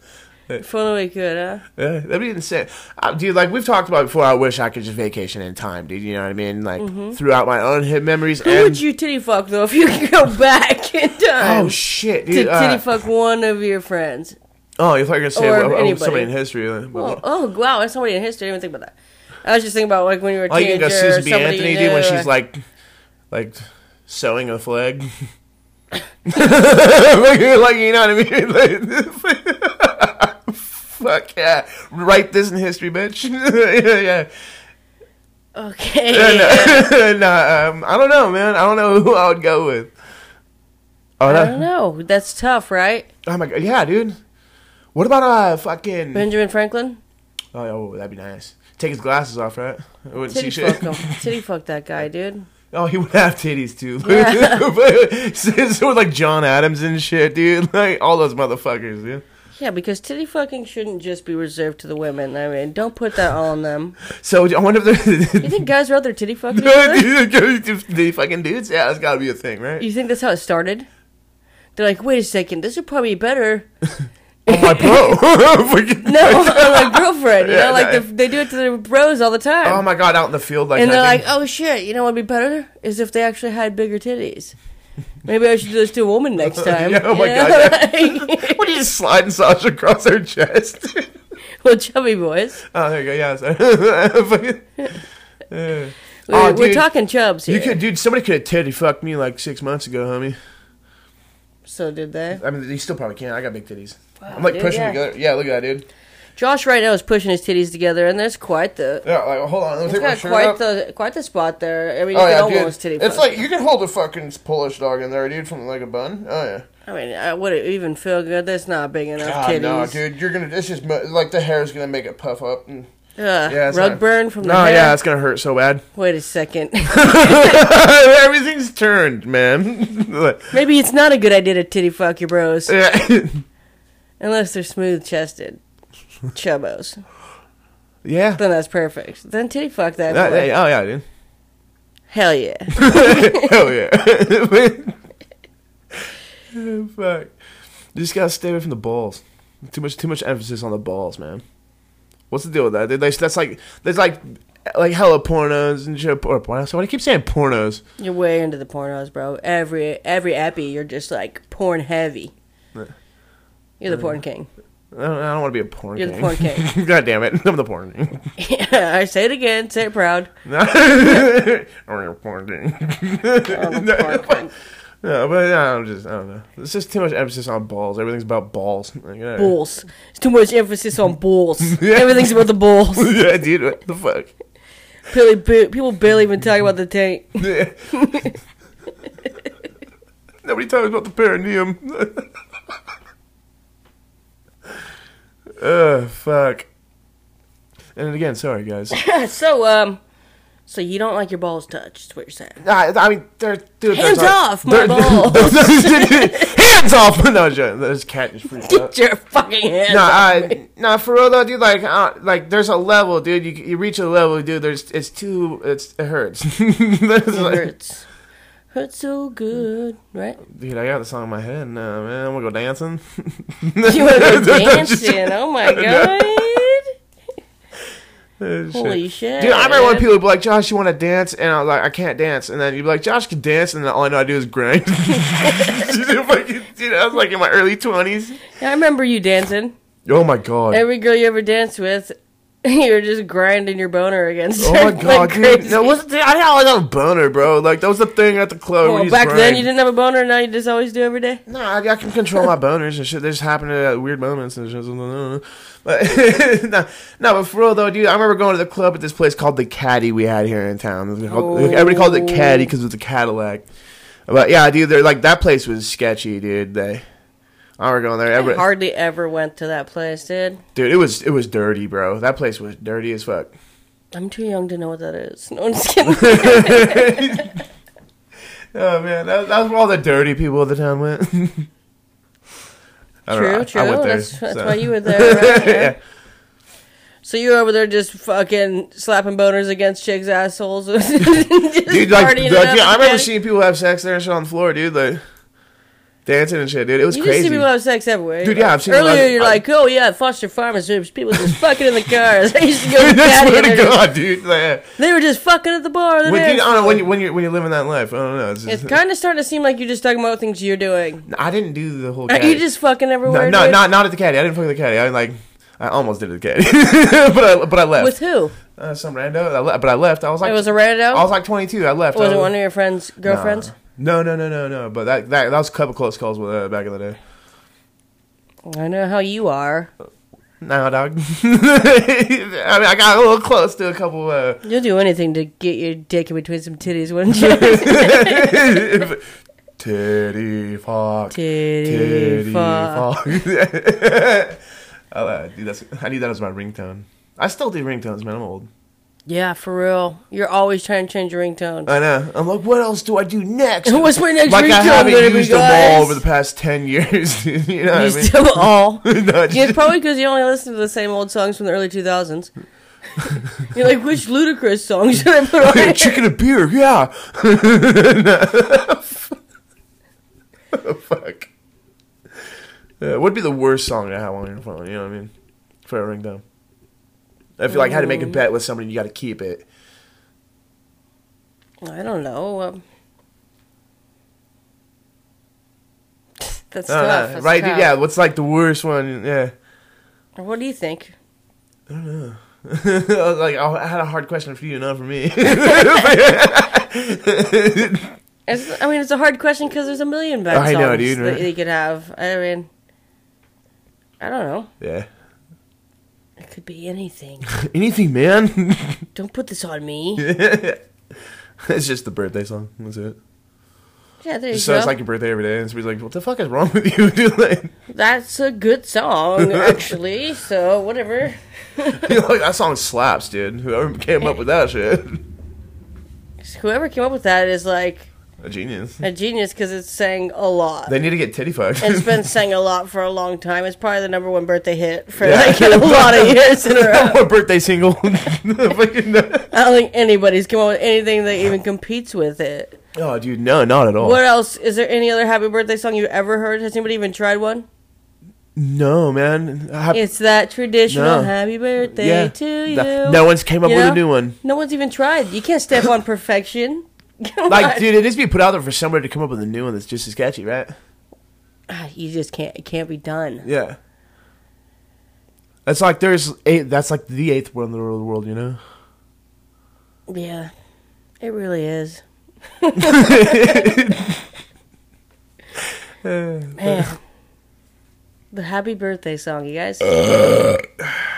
S1: If only we could, huh?
S2: Yeah, that'd be insane, uh, dude. Like we've talked about before, I wish I could just vacation in time, dude. You know what I mean? Like throughout my own hit memories.
S1: Mm-hmm. Who
S2: and,
S1: would you titty fuck though if you could go <laughs> back in time?
S2: Oh shit,
S1: to
S2: dude!
S1: titty
S2: uh,
S1: fuck one of your friends.
S2: Oh, you thought you were gonna say
S1: Or
S2: well, oh,
S1: anybody.
S2: somebody in history. uh, but-
S1: Well, oh wow, that's somebody in history. I didn't even think about that. I was just thinking about like when you were a
S2: oh, you can
S1: teenager
S2: go Susan
S1: or
S2: B.
S1: somebody
S2: Anthony,
S1: you
S2: dude, when
S1: knew,
S2: she's
S1: or-
S2: like, like sewing a flag. <laughs> like, you know what I mean? <laughs> Like, fuck yeah! Write this in history, bitch. <laughs> yeah, yeah. <laughs>
S1: okay,
S2: Yeah, <laughs> no, nah, um, I don't know, man. I don't know who I would go with. Oh,
S1: I
S2: that-
S1: don't know. That's tough, right?
S2: oh my god, yeah, dude. What about uh fucking?
S1: Benjamin Franklin,
S2: oh, yeah, oh, that'd be nice. Take his glasses off, right? I wouldn't
S1: titty
S2: see shit.
S1: fuck him. Titty fuck that guy, dude.
S2: Oh, he would have titties too. <laughs>
S1: Yeah.
S2: so, so with like John Adams and shit, dude. <laughs> Like all those motherfuckers, dude.
S1: Yeah, because titty fucking shouldn't just be reserved to the women. I mean, don't put that all on them.
S2: So I wonder if
S1: You
S2: they're <laughs>
S1: think guys were out there titty fucking? each other?
S2: the fucking dudes. Yeah, that's gotta be a thing, right?
S1: you think that's how it started? They're like, wait a second, this would probably be
S2: <laughs>
S1: better.
S2: Oh my bro.
S1: <laughs>
S2: <laughs> Fucking-
S1: No, my girlfriend. You
S2: Yeah,
S1: know, like
S2: no.
S1: the, they do it to their bros all the time.
S2: <laughs> Oh my god, out in the field like.
S1: and they're
S2: I
S1: like,
S2: think-
S1: "Oh shit! You know what'd be better is if they actually had bigger titties. Maybe I should do this to a woman next time."
S2: <laughs> Yeah, oh my
S1: You
S2: God,
S1: know, <laughs> like-
S2: what are you sliding Sasha across her chest? <laughs>
S1: well, chubby boys,
S2: oh, there you go. Yeah, sorry.
S1: <laughs>
S2: <laughs> Fucking- Yeah.
S1: we're,
S2: Aw,
S1: we're
S2: Oh, dude,
S1: talking chubs here.
S2: You could, dude. Somebody could have titty fucked me like six months ago, homie.
S1: So did they?
S2: I mean, they still probably can. I got big titties. I'm like
S1: dude,
S2: pushing
S1: yeah.
S2: them together. Yeah, look at that, dude.
S1: Josh right now is pushing his titties together, and there's quite the.
S2: Yeah, like hold on, let me
S1: It's
S2: take my
S1: got
S2: shirt
S1: quite
S2: off.
S1: the quite the spot there. I mean, you
S2: oh
S1: can
S2: yeah,
S1: almost
S2: dude.
S1: titty.
S2: It's
S1: fuck.
S2: like you can hold a fucking Polish dog in there, dude, from like a bun. Oh yeah.
S1: I mean, I, would it even feel good? That's not big enough
S2: God,
S1: titties.
S2: no, Ah, dude, you're gonna. It's just mo- like the hair is gonna make it puff up. And,
S1: Ugh,
S2: Yeah, it's
S1: rug
S2: not-
S1: burn from the
S2: no,
S1: hair.
S2: yeah, it's gonna hurt so <laughs> bad.
S1: Wait a second. <laughs>
S2: Everything's turned, man. <laughs> Like,
S1: Maybe it's not a good idea to titty fuck your bros.
S2: yeah.
S1: Unless they're smooth
S2: <laughs>
S1: chested. Chubbos.
S2: yeah.
S1: Then that's perfect. Then titty fuck that.
S2: That-
S1: boy.
S2: hey, oh yeah, dude.
S1: Hell yeah. <laughs>
S2: <laughs> Hell yeah. Fuck. You just gotta stay away from the balls. Too much, too much emphasis on the balls, man. What's the deal with that? They, they, that's like, there's like, like hella pornos and shit. Or pornos. So I keep saying pornos.
S1: You're way into the pornos, bro. Every every epi, you're just like porn heavy. You're the porn king. <laughs>
S2: I don't, I don't want to be a porn.
S1: You're the
S2: king.
S1: porn king.
S2: <laughs> God damn it! I'm the porn. king.
S1: <laughs> I say it again. Say it proud.
S2: <laughs> I'm the porn. king.
S1: I'm the porn
S2: <laughs>
S1: king.
S2: No, but yeah, I'm just, I don't know. It's just too much emphasis on balls. Everything's about balls. Like, yeah.
S1: Bulls. It's too much emphasis on bulls. Everything's about the
S2: <laughs>
S1: bulls.
S2: <laughs> yeah, dude, what the fuck?
S1: Barely, ba- people barely even talk about the tank.
S2: <laughs> Yeah. Nobody talks about the perineum. <laughs> Ugh, Uh, fuck. And again, sorry <laughs> guys.
S1: <laughs> so um, so you don't like your balls touched? Is what you're saying?
S2: I, I mean, they're, dude,
S1: Hands
S2: they're-
S1: off my
S2: they're- <laughs>
S1: balls. <laughs>
S2: hands off! <laughs> No, I'm joking. There's cat just freaking out.
S1: Get your fucking <laughs> hands
S2: No,
S1: off
S2: I, no, for real though, dude. Like, uh, like, there's a level, dude. You you reach a level, dude. There's it's too it's it hurts. <laughs> That's
S1: It
S2: like-
S1: hurts. Hurts so good,
S2: <laughs>
S1: right?
S2: dude, I got the song in my head. No, man, I'm gonna go dancing.
S1: <laughs> You want
S2: <laughs>
S1: to go dancing? Oh my god!
S2: Holy
S1: Holy shit!
S2: Dude, I remember when people would be like, Josh, you want to dance? And I was like, I can't dance. And then you'd be like, Josh can dance. And then all I know I do is grind. <laughs> dude, I was like in my early 20s.
S1: I remember you dancing.
S2: Oh my God.
S1: Every girl you ever danced with, <laughs> you're just grinding your boner against.
S2: oh
S1: her
S2: my
S1: <laughs> like
S2: God, dude.
S1: crazy.
S2: No, what's, dude. I had all that boner, bro. Like, that was the thing at the club.
S1: Well,
S2: we just
S1: back then
S2: grind.
S1: you didn't have a boner. Now you just always do every day.
S2: No, I, I can control my boners and shit. They just happen at weird moments. And shit. But <laughs> no, no, but for real though, dude, I remember going to the club at this place called the Caddy we had here in town. It was called- Everybody called it Caddy because it was a Cadillac. But yeah, dude, they're like that place was sketchy, dude. They, I remember going there.
S1: I
S2: Every,
S1: hardly ever went to that place, dude.
S2: dude, it was it was dirty, bro. That place was dirty as fuck.
S1: I'm too young to know what that is. No, I'm just kidding.
S2: <laughs> Oh man, that, that was where all the dirty people of the town went. <laughs> I don't know, I-
S1: true,
S2: I
S1: true.
S2: went there,
S1: that's that's
S2: so.
S1: why
S2: <laughs>
S1: you were there. Right?
S2: yeah.
S1: So you were over there just fucking slapping boners against chicks' assholes. <laughs> just
S2: dude, like,
S1: partying it
S2: dude,
S1: up
S2: I remember
S1: together.
S2: seeing people have sex there and shit on the floor, dude, like dancing and shit, dude. It was
S1: You
S2: crazy.
S1: just see people
S2: <laughs>
S1: have sex everywhere.
S2: Dude,
S1: You're
S2: yeah,
S1: like-
S2: I've seen a lot
S1: Earlier,
S2: of-
S1: you're
S2: I-
S1: like, oh yeah, Foster Farmers, there's people just
S2: <laughs>
S1: fucking in the cars. <laughs> I used to go to
S2: dude,
S1: the
S2: <laughs> that's
S1: patio.
S2: swear to
S1: and
S2: God, dude. Like,
S1: They were just fucking at the bar. The
S2: when,
S1: dance
S2: dude, I don't
S1: floor.
S2: know, when you when you when you're living that life, I don't know. It's
S1: It's
S2: just,
S1: kind of starting to seem like you're just talking about things you're doing.
S2: I didn't do the whole.
S1: Are
S2: caddy.
S1: you just fucking
S2: no,
S1: everywhere?
S2: no,
S1: dude?
S2: not not at the caddy. I didn't fuck the caddy. I like. I almost did it at the caddy, <laughs> but I but I left.
S1: With who?
S2: uh, some rando, I le- but I left. I was like,
S1: It
S2: I
S1: was a rando.
S2: was like 22. I left.
S1: Oh. was
S2: I
S1: it one of your friends' girlfriends?
S2: No, no, no, no, no. But that that, that was a couple close calls with, uh, back in the day.
S1: I know how you are.
S2: No, dog. <laughs> I mean, I got a little close to a couple. Uh, <laughs>
S1: You'll do anything to get your dick in between some titties, wouldn't you?
S2: <laughs> Titty fuck.
S1: Titty fuck.
S2: <laughs> I, uh, dude, that's, I need that as my ringtone. I still do ringtones, man. I'm old.
S1: Yeah, for real. You're always trying to change your ringtone.
S2: I know. I'm like, what else do I do next?
S1: <laughs> What's my next
S2: Uh, like, I
S1: ringtone
S2: haven't
S1: gonna be,
S2: used them all
S1: guys?
S2: over the past 10 years. <laughs> dude, you know
S1: You
S2: what I mean?
S1: still all. <laughs>
S2: <laughs> No, I
S1: Yeah,
S2: just-
S1: probably because you only listen to the same old songs from the early
S2: <laughs>
S1: 2000s. You're like, which ludicrous song should I put on?
S2: Hey, <laughs>
S1: here?"
S2: chicken and beer, yeah. <laughs> Fuck. Yeah, Uh, what'd be the worst song to have on your phone? You know what I mean? For a ringtone. If you like had to
S1: Mm.
S2: make a bet with somebody, you got to keep it.
S1: I don't know. Um, that's tough.
S2: I don't know,
S1: that's
S2: Uh, Uh-huh. right?
S1: tough.
S2: Yeah. What's like the worst one? Yeah.
S1: What do you think?
S2: <laughs> like I had a hard question for you, not for me. <laughs>
S1: It's, I mean, it's a hard question because there's a million bad
S2: I
S1: songs
S2: know, dude, right?
S1: that you could have. I mean, I don't know.
S2: yeah. <laughs>
S1: It could be anything.
S2: Anything, man. <laughs>
S1: don't put this on me.
S2: it's just the birthday song. That's it.
S1: Yeah, there you
S2: Just so
S1: go.
S2: it's like your birthday every day, and somebody's like, "What the fuck is wrong with you, <laughs> dude?" Like,
S1: That's a good
S2: <laughs>
S1: song, actually. so whatever. <laughs>
S2: You're like, that song slaps, dude. Whoever came up with that shit, <laughs>
S1: Whoever came up with that is like
S2: a genius.
S1: a genius because it's saying a lot.
S2: They need to get titty fucked.
S1: it's
S2: <laughs>
S1: been sang a lot for a long time. It's probably the number one birthday hit for
S2: Yeah.
S1: like a lot
S2: <laughs>
S1: of years in a row.
S2: What birthday single? <laughs> Fucking no.
S1: I don't think anybody's come up with anything that even competes with it.
S2: oh, dude, no, not at all.
S1: What else? Is there any other happy birthday song you ever heard? Has anybody even tried one?
S2: No, man. I have-
S1: It's that traditional
S2: No.
S1: happy birthday
S2: yeah.
S1: to you.
S2: No- No one's came up
S1: You
S2: with a
S1: know?
S2: new one.
S1: No one's even tried. You can't step on perfection. <laughs> Come
S2: Like,
S1: on.
S2: dude, it needs to be put out there for somebody to come up with a new one that's just as catchy, right?
S1: Ah, you just can't. It can't be done.
S2: Yeah. That's like there's eight. That's like the eighth wonder of the world,
S1: <laughs>
S2: you know. <laughs>
S1: Yeah, it really is. Man, the happy birthday song, you guys.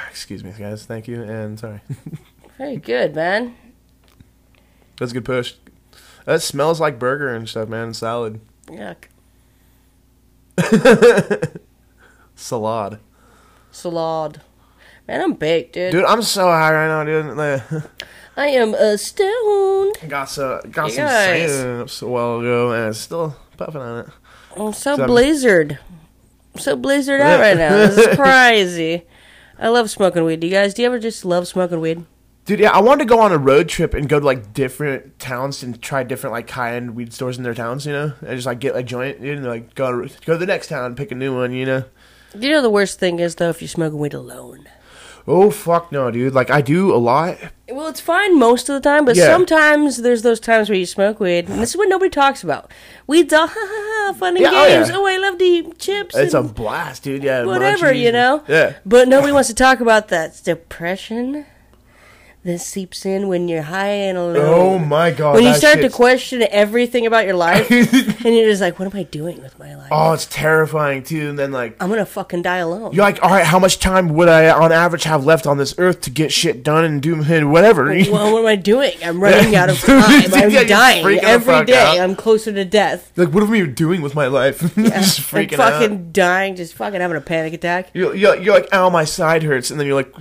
S2: Excuse me, guys. Thank you and sorry. <laughs>
S1: Very good, man.
S2: That's a good push. That smells like burger and stuff, man. and Salad, <laughs>
S1: Yuck.
S2: salad.
S1: Salad. Man, I'm baked, dude.
S2: Dude, I'm so high right now, dude. Like, <laughs>
S1: I am a stoned.
S2: got so got
S1: You
S2: some
S1: guys.
S2: sand up so a while ago, and it's still puffing on it.
S1: I'm so
S2: So I'm-
S1: blizzard. I'm so blizzard out right now. This
S2: <laughs>
S1: is crazy. I love smoking weed. Do you guys? Do you ever just love smoking weed?
S2: Dude, yeah, I wanted to go on a road trip and go to like different towns and try different like high end weed stores in their towns, you know, and just like get a joint, dude, and like go go to the next town, pick a new one, you know.
S1: You know the worst thing is though if you're smoking weed alone.
S2: Oh fuck no, dude! Like I do a lot.
S1: Well, it's fine most of the time, but
S2: Yeah.
S1: sometimes there's those times where you smoke weed, and this is what nobody talks about. Weed's all <laughs> ha ha ha, fun and
S2: Yeah, oh, yeah.
S1: games. Oh, I love to eat chips.
S2: It's a
S1: and
S2: blast, dude. Yeah,
S1: whatever,
S2: munchies
S1: you
S2: and-
S1: know.
S2: Yeah,
S1: But nobody wants to talk about that depression that seeps in when you're high and alone.
S2: Oh my god!
S1: when you
S2: that
S1: start
S2: shit's-
S1: to question everything about your
S2: <laughs>
S1: life, and you're just like, "What am I doing with my life?
S2: oh, it's terrifying too. And then like
S1: I'm gonna fucking die alone."
S2: you're like, all right, how much time would I, on average, have left on this earth to get shit done and do and <laughs> whatever?
S1: well, what am I doing?
S2: <laughs>
S1: I'm running out of time.
S2: Yeah,
S1: I'm
S2: you're
S1: dying
S2: freaking the
S1: every
S2: fuck
S1: day.
S2: out.
S1: I'm closer to death.
S2: like, what am I doing with my life? <laughs> just
S1: I'm
S2: freaking
S1: fucking
S2: out.
S1: dying, just fucking having a panic attack.
S2: You're, you're, you're like, ow, my side hurts, and then you're like,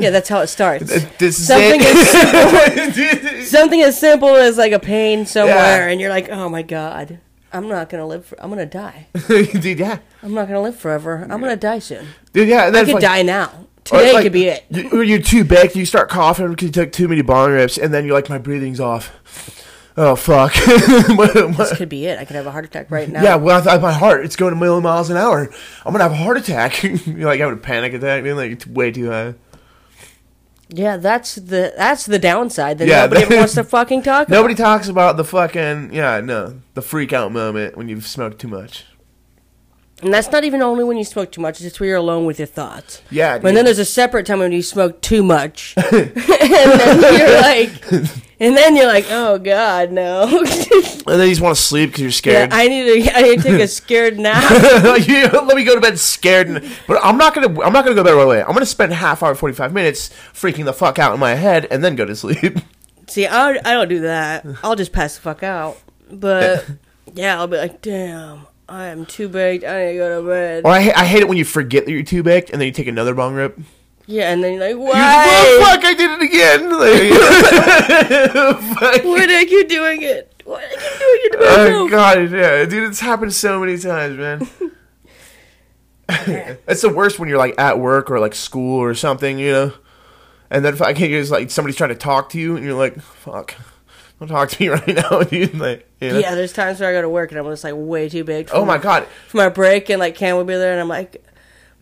S1: Yeah,
S2: <laughs>
S1: that's how it starts.
S2: this is
S1: something as
S2: <laughs> it.
S1: something as <laughs> simple as like a pain somewhere,
S2: Yeah.
S1: and you're like, "Oh my god, I'm not gonna live. For, I'm gonna die. <laughs>
S2: dude, yeah,
S1: I'm not gonna live forever. I'm gonna die soon.
S2: dude, yeah. And then
S1: I could
S2: like,
S1: die now.
S2: Or,
S1: Today
S2: like,
S1: could be it."
S2: You, or you're too baked, you start coughing because you took too many bong rips, and then you're like, my breathing's off. Oh fuck! <laughs> My- my-
S1: This could be it. I could have a heart attack
S2: <laughs>
S1: right now.
S2: yeah, well, I thought my heart, it's going a million miles an hour. I'm gonna have a heart attack. <laughs> you're like having a panic attack, man. Like it's way too high.
S1: Yeah, that's the that's the downside that
S2: Yeah,
S1: nobody
S2: that-
S1: wants to fucking talk about.
S2: Nobody talks about the fucking yeah, no, the freak out moment when you've smoked too much.
S1: And that's not even only when you smoke too much, it's just when you're alone with your thoughts.
S2: Yeah,
S1: And then
S2: dude.
S1: there's a separate time when you smoke too
S2: <laughs>
S1: much. <laughs> and then you're like and then you're like, Oh God, no. <laughs>
S2: and then you just want to sleep because you're
S1: Yeah,
S2: scared. <laughs>
S1: I need to I need to take a scared nap.
S2: You- let me go to bed scared, and, but I'm not gonna. I'm not gonna go to bed right away. I'm gonna spend half hour, forty five minutes freaking the fuck out in my head, and then go to sleep. <laughs>
S1: See, I I don't do that. I'll just pass the fuck out.
S2: <laughs>
S1: But yeah, I'll be like, damn, I am too baked, I need to go to bed.
S2: Or I, ha- I hate it when you forget that you're too baked, and then you take another bong rip. You're
S1: Yeah, and then you're like,
S2: like,
S1: why?
S2: well, fuck, I did it again. <laughs>
S1: <laughs>
S2: Like, fuck.
S1: Why did I keep doing it? Why did I keep doing it to
S2: Oh
S1: <laughs> myself?
S2: god, yeah, dude, it's happened so many
S1: <laughs>
S2: times, man. That's the worst when you're like at work or like school or something, you know. And then if I can't just like somebody's trying to talk to you, and you're like, "Fuck, don't talk to me <laughs> right now, dude." Like, you know?
S1: Yeah, there's times where I go to work and I'm just like way too big. For
S2: Oh my god. <laughs>
S1: For my break and like Cam will be there and I'm like,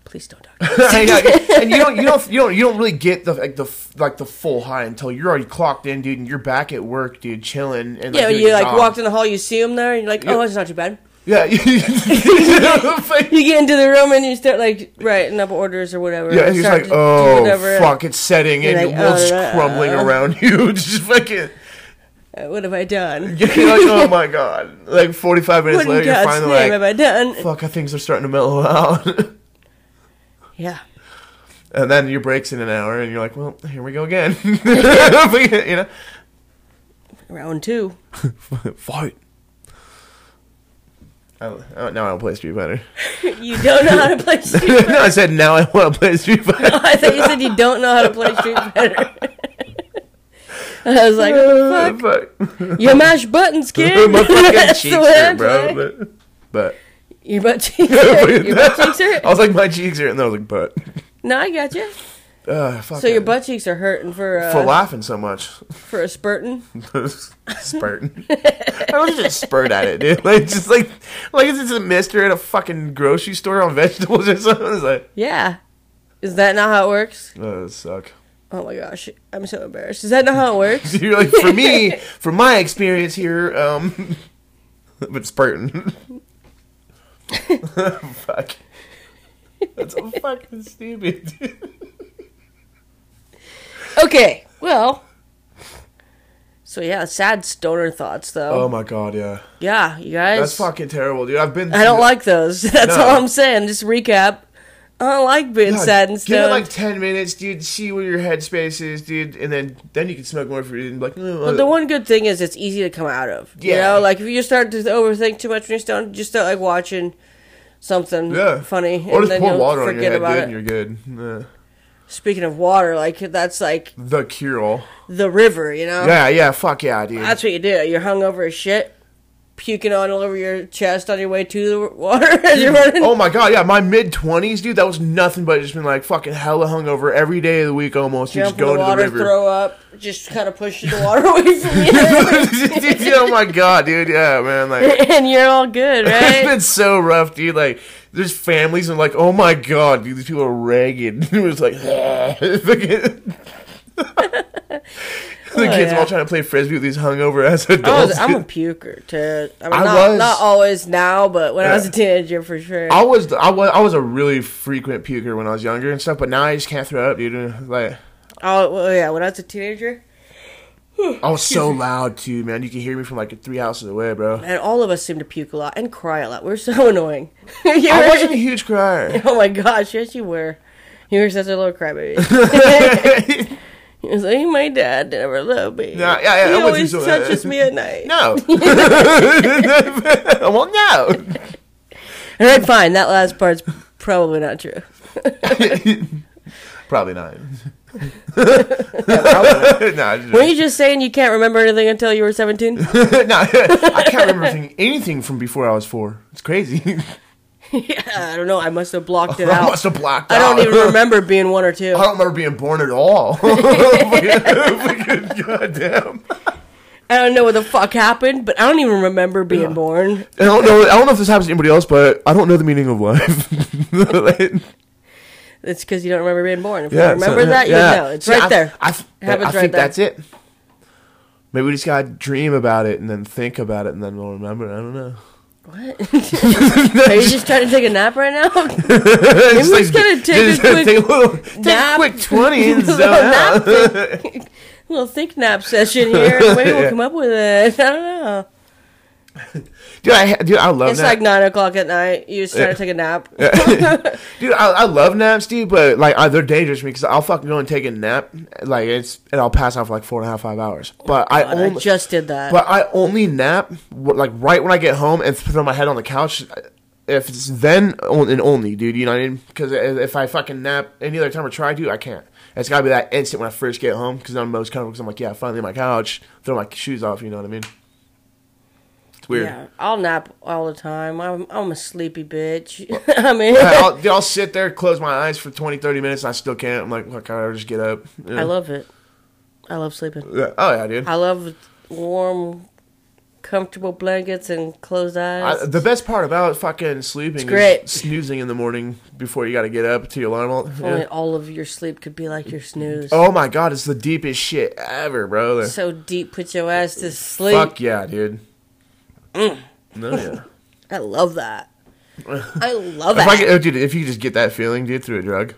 S1: please don't talk. To me.
S2: I know. and you don't, you don't, you don't, you don't really get the like the f- like the full high until you're already clocked in, dude, and you're back at work, dude, chilling. And,
S1: yeah,
S2: doing
S1: you
S2: your
S1: like
S2: job.
S1: walked in the hall, you see him there, and you're like, oh, it's not too bad.
S2: Yeah, <laughs> yeah,
S1: You get into the room and you start like writing up orders or whatever.
S2: and he's
S1: start
S2: like,
S1: to do
S2: oh
S1: whatever."
S2: fuck, it's setting,
S1: You're
S2: and
S1: like,
S2: the world's
S1: "Oh, no." <laughs>
S2: crumbling around you. <laughs> Just fucking.
S1: Uh, What have I done?
S2: You're like, oh my god! Like 45 minutes
S1: <laughs> What in
S2: later, you're
S1: God's
S2: finally
S1: name
S2: like,
S1: have I done?
S2: "Fuck, I things are starting to mellow out." <laughs>
S1: Yeah.
S2: and then your breaks in an hour, and you're like, "Well, here we go again." <laughs> you know, <laughs>
S1: Round two.
S2: Fight. I, I, now I want to play Street Fighter. <laughs>
S1: You don't know how to play Street <laughs> Fighter.
S2: no, I said now I want to play Street Fighter.
S1: I thought you said you don't know how to play
S2: <laughs>
S1: Street Fighter. <laughs> I was <laughs> like,
S2: <laughs>
S1: what the fuck? You mash buttons, kid.
S2: My fucking
S1: That's the
S2: cheeks
S1: way I
S2: hurt, bro.
S1: play. <laughs>
S2: But, but <laughs>
S1: Your butt cheeks hurt. Your butt cheeks
S2: I
S1: hurt.
S2: was like, my cheeks hurt, and then I was like, but.
S1: No, I got you.
S2: Ugh, Oh. uh, fuck
S1: So your
S2: it.
S1: butt cheeks are hurting for uh,
S2: for laughing so much. <laughs>
S1: for a spurtin.
S2: Spurting. I would
S1: <laughs>
S2: just spurt at it, dude. <laughs> Like just like like it's just a mister at a fucking grocery store on <laughs> vegetables or something. It's like,
S1: Yeah, is that not how it works?
S2: oh, that suck. <laughs>
S1: Oh my gosh, I'm so embarrassed. Is that not how it works?
S2: You're like
S1: <laughs>
S2: for me, from my experience here, um, <laughs>
S1: <laughs>
S2: but spurting. <laughs> Fuck. That's so fucking stupid. dude.
S1: okay, well. So yeah, sad stoner thoughts though.
S2: oh my god, yeah.
S1: yeah, you guys.
S2: That's fucking terrible, dude. I've been.
S1: I don't like those. <laughs> That's
S2: No.
S1: all I'm saying. Just recap. I don't like being
S2: God,
S1: sad and
S2: Give it
S1: stoned.
S2: like ten minutes, dude. See where your headspace is, dude, and then then you can smoke more for you. Like, mm,
S1: But the one good thing is it's easy to come out of. You
S2: Yeah.
S1: know, like if you start to overthink too much when you're stoned, just start like watching something
S2: yeah,
S1: funny, and
S2: Or just
S1: then
S2: pour
S1: you'll
S2: water on your
S1: forget
S2: head, dude,
S1: about
S2: and
S1: it.
S2: you're good. Yeah.
S1: Speaking of water, like that's like
S2: The cure all.
S1: the river. You know,
S2: Yeah, yeah. Fuck yeah, dude.
S1: Um, that's what you do. You're hungover as shit, puking on all over your chest on your way to the <laughs> water as you're running.
S2: Oh my god, yeah, my mid twenties, dude. That was nothing but just been like fucking hella hungover every day of the week almost. You
S1: Jump
S2: just
S1: in
S2: go
S1: the
S2: to
S1: water,
S2: the <laughs> river.
S1: throw up, just kind of push the water <laughs> away from you,
S2: <laughs> Dude, oh my god, dude. Yeah, man. Like
S1: and you're all good,
S2: <laughs> it's
S1: right?
S2: been so rough, dude. Like there's families and like, oh my god, dude, these people are ragged. <laughs> it was like the
S1: <laughs>
S2: kids
S1: Oh, yeah.
S2: are all trying to play frisbee with these hungover ass <laughs>
S1: I
S2: adults.
S1: was, Oh, I'm a
S2: dude.
S1: puker, too. I, mean,
S2: I
S1: not,
S2: was-
S1: not always now, but when I was a
S2: Yeah.
S1: teenager, for sure.
S2: I was I was I was a really frequent puker when I was younger and stuff, but now I just can't throw up, dude. Uh, Like
S1: Oh well, yeah, when I was a teenager,
S2: I
S1: <laughs>
S2: was so loud too, man. You could hear me from like three houses away, bro.
S1: and all of us seemed to puke a lot and cry a lot. We are so <laughs> annoying. You
S2: I
S1: were-
S2: wasn't a huge crier.
S1: <laughs>
S2: <laughs>
S1: oh my gosh, yes you were. You were such a little crybaby.
S2: <laughs>
S1: <laughs> you was like, my dad never loved me.
S2: No, yeah, yeah, I
S1: he
S2: went through
S1: always
S2: some of that.
S1: touches me at night.
S2: uh,
S1: <laughs>
S2: No. <laughs> well, no.
S1: All right, fine. That last part's probably not true.
S2: Probably <laughs> not. no, I just-
S1: Were you just saying you can't remember anything until you were seventeen? <laughs>
S2: <laughs> no, I can't remember anything- anything from before I was four. It's crazy. <laughs>
S1: yeah, I don't know. I must have blocked it
S2: I must
S1: out.
S2: have blocked
S1: I
S2: out.
S1: don't even remember being one or two.
S2: <laughs> I don't remember being born
S1: <laughs>
S2: at all. <laughs> Goddamn.
S1: I don't know what the fuck happened, but I don't even remember being born.
S2: I don't know. I don't know if this happens to anybody else, but I don't know the meaning of <laughs> life.
S1: It's because you don't remember being born. If
S2: Yeah,
S1: you remember
S2: so-
S1: that, you
S2: yeah.
S1: know. It's
S2: See,
S1: right
S2: I-
S1: there.
S2: I, th- I
S1: Habits
S2: think
S1: right there.
S2: that's it. Maybe we just gotta dream about it and then think about it and then we'll remember. it. I
S1: <laughs>
S2: don't know. <laughs>
S1: What? <laughs> Are you just trying to take a nap right
S2: <laughs>
S1: now?
S2: Maybe
S1: we just gotta take a quick
S2: <laughs> take a little, take a
S1: nap.
S2: quick
S1: <laughs>
S2: twenty and
S1: Little
S2: zone out.
S1: nap thing. <laughs> little think nap session here.
S2: <laughs>
S1: and Maybe we'll
S2: Yeah.
S1: come up with it. <laughs> I don't know.
S2: Dude, I ha- dude, I love
S1: It's
S2: naps.
S1: like nine o'clock at night. You just trying to take a nap.
S2: <laughs>
S1: <laughs>
S2: dude, I, I love naps, dude. But like, I, they're dangerous to me because I'll fucking go and take a nap, like it's and I'll pass out for like four and a half, five hours. But I
S1: God, I
S2: only,
S1: just did that.
S2: But I only nap wh- like right when I get home and throw my head on the couch. If it's then on- and only, dude, you know what I mean? Because if I fucking nap any other time or try to, I can't. It's gotta be that instant when I first get home because I'm most comfortable. Because I'm like, yeah, finally on my couch, throw my shoes off. You know what I mean? It's weird.
S1: yeah, I'll nap all the time. I'm I'm a sleepy bitch. <laughs> I mean,
S2: I- <laughs> I'll, dude, I'll sit there, close my eyes for 20, 30 minutes, and I still can't. I'm like, look, I'll just get up.
S1: <laughs>
S2: Yeah.
S1: I love it. I love sleeping.
S2: Yeah. Oh yeah, dude.
S1: I love warm, comfortable blankets and closed eyes.
S2: I, the best part about fucking sleeping
S1: great.
S2: is snoozing in the morning before you got to get up to your alarm. all-
S1: If
S2: Yeah.
S1: Only all of your sleep could be like your snooze.
S2: Oh my god, it's the deepest shit ever, bro. Like,
S1: So deep, put your ass to sleep.
S2: fuck yeah, dude.
S1: Mm.
S2: No,
S1: <laughs>
S2: yeah.
S1: I love that. I love
S2: <laughs> if I
S1: that.
S2: could, oh, dude, if you could just get that feeling, dude, through a drug,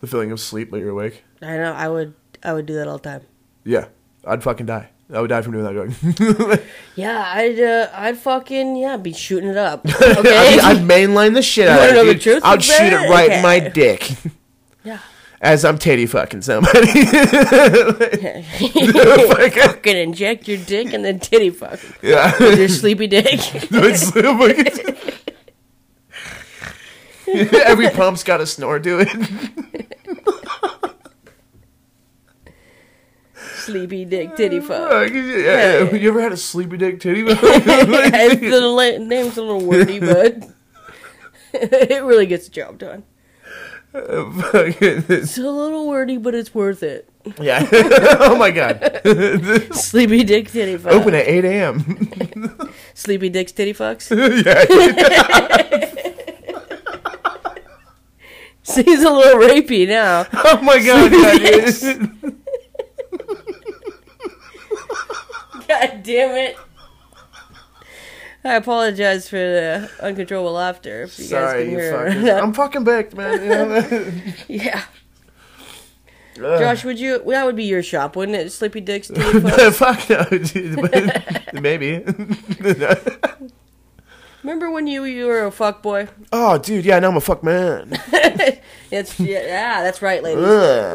S2: the feeling of sleep but you're awake.
S1: I know. I would. I would do that all the time.
S2: Yeah, I'd fucking die. I would die from doing that drug. <laughs>
S1: Yeah, I'd. Uh, I'd fucking yeah, be shooting it
S2: <laughs>
S1: up.
S2: I'd,
S1: Okay.
S2: I'd mainline the shit out
S1: wanna
S2: of it.
S1: know the
S2: dude.
S1: truth
S2: I'd
S1: about it?
S2: shoot it right in my
S1: Okay.
S2: dick <laughs>
S1: <laughs> yeah.
S2: as I'm titty
S1: <laughs>
S2: fucking somebody. <laughs> Fucking-
S1: Fucking inject your dick and then titty fuck
S2: yeah. <laughs>
S1: your sleepy dick. <laughs>
S2: It's like- <laughs> Every pump's got a snore to it.
S1: sleepy dick titty fuck.
S2: Fuck, yeah, yeah. You ever had a sleepy dick titty?
S1: <laughs>
S2: <laughs>
S1: It's the <laughs> la- name's a little wordy, but it really gets the job done. It's a little wordy, but it's worth it.
S2: yeah. <laughs> oh my god.
S1: Sleepy Dick Titty Fuck.
S2: Open at 8 a.m.
S1: Sleepy Dick's Titty <laughs> Fucks.
S2: <laughs> yeah.
S1: He's a little rapey
S2: <laughs>
S1: now.
S2: Oh my god. yeah, dude.
S1: God damn it. I apologize for the uncontrollable laughter. If you guys
S2: <laughs> Sorry,
S1: can
S2: you
S1: hear it or <laughs>
S2: fuckers.
S1: not.
S2: I'm fucking baked, man. You know? <laughs>
S1: Yeah.
S2: Ugh.
S1: Josh, would you? That would be your shop, wouldn't it? Sleepy Dick's
S2: <laughs>
S1: Titty Fucks.
S2: Fuck no, dude. Maybe. <laughs>
S1: Remember when you, you were a fuck boy?
S2: oh, dude. Yeah, now I'm a fuck man.
S1: It's, yeah, yeah, that's right, ladies.
S2: Ugh.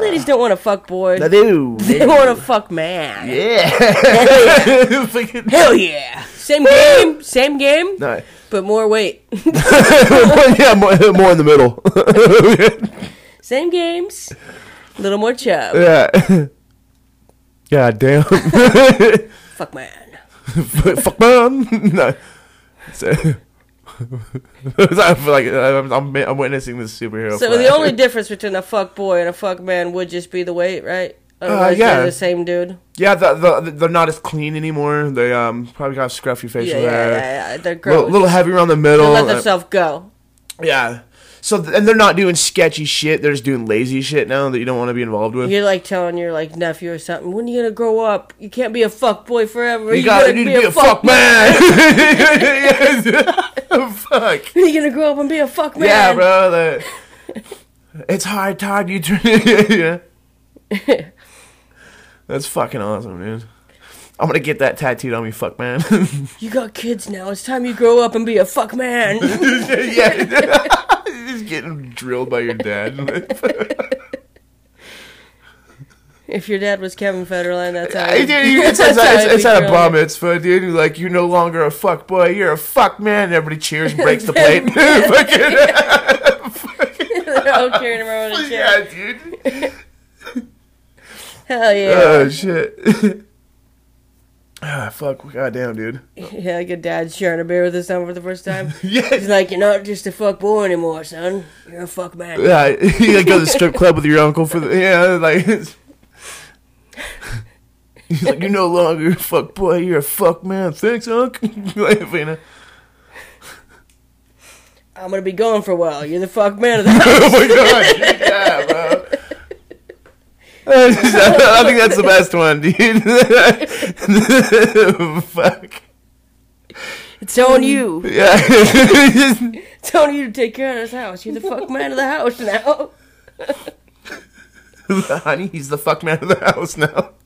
S1: <laughs> Ladies don't want a fuck boy.
S3: I do.
S1: <laughs> They want a fuck man.
S2: Yeah. <laughs> Fucking-
S1: Hell yeah. Same game, same game,
S2: no.
S1: but more weight. <laughs>
S3: yeah, more, more in the
S2: <laughs>
S3: middle.
S1: Same games, little more chub.
S3: yeah. God
S2: <laughs>
S3: damn.
S1: Fuck man.
S3: Fuck man.
S2: no. So, <laughs> I feel like uh, I'm, I'm, I'm witnessing this superhero.
S1: So the only difference between a fuck boy and a fuck man would just be the weight, right? Otherwise,
S2: Uh, yeah.
S1: they're the same dude.
S2: yeah, the, the, they're not as clean anymore. They um probably got a scruffy facial
S1: Yeah, yeah,
S2: hair,
S1: yeah, yeah. They're gross.
S2: little, little heavy around the
S1: they
S2: middle.
S1: let
S2: uh,
S1: themselves go.
S2: yeah. So th- and they're not doing sketchy shit. They're just doing lazy shit now that you don't want to be involved with.
S1: You're like telling your like nephew or something, when are you gonna grow up? You can't be a fuck boy forever.
S2: You gotta need to be a fuck man. <laughs> Yes. Fuck.
S1: When are <laughs> you gonna grow up and be a fuck man?
S2: Yeah, bro. the- it's hard, Todd. You turn. yeah. <laughs> That's fucking awesome, dude. I'm gonna get that tattooed on me, fuck man. <laughs>
S1: You got kids now. It's time you grow up and be a fuck
S2: <laughs>
S1: man.
S2: yeah. Just getting drilled by your dad.
S1: if your dad was Kevin Federline, that's how.
S2: Hey, dude, you- <laughs> it's,
S1: <laughs> that's
S2: it's,
S1: how
S2: it's,
S1: I'd
S2: it's
S1: be
S2: at a
S1: growing
S2: bar
S1: up.
S2: mitzvah, dude. You're like, you're no longer a fuck boy. You're a fuck man. And everybody cheers and breaks the plate. <laughs> Fucking-
S1: <laughs> They're all carrying him around
S2: <laughs>
S1: in a chair.
S2: yeah, dude.
S1: Hell yeah.
S2: Oh shit. <laughs> ah, fuck. Goddamn, dude.
S1: yeah, like a dad sharing a beer with his son for the first time.
S2: Yes.
S1: He's like, you're not just a fuck boy anymore, son. You're a fuck man.
S2: Yeah, <laughs> you like, go to the strip club with your uncle for the yeah, like. It's, He's like, you're no longer a fuck boy, you're a fuck man. Thanks, Unc. <laughs> like, you know.
S1: I'm gonna be gone for a while. You're the fuck man of the house.
S2: Oh my god, yeah, bro. <laughs> I just- I think that's the best one, dude. <laughs> fuck.
S1: It's on you.
S2: Yeah. Just- <laughs>
S1: It's on you to take care of this house. You're the fuck man of the house now.
S2: <laughs> Honey, he's the fuck man of the house now. <laughs>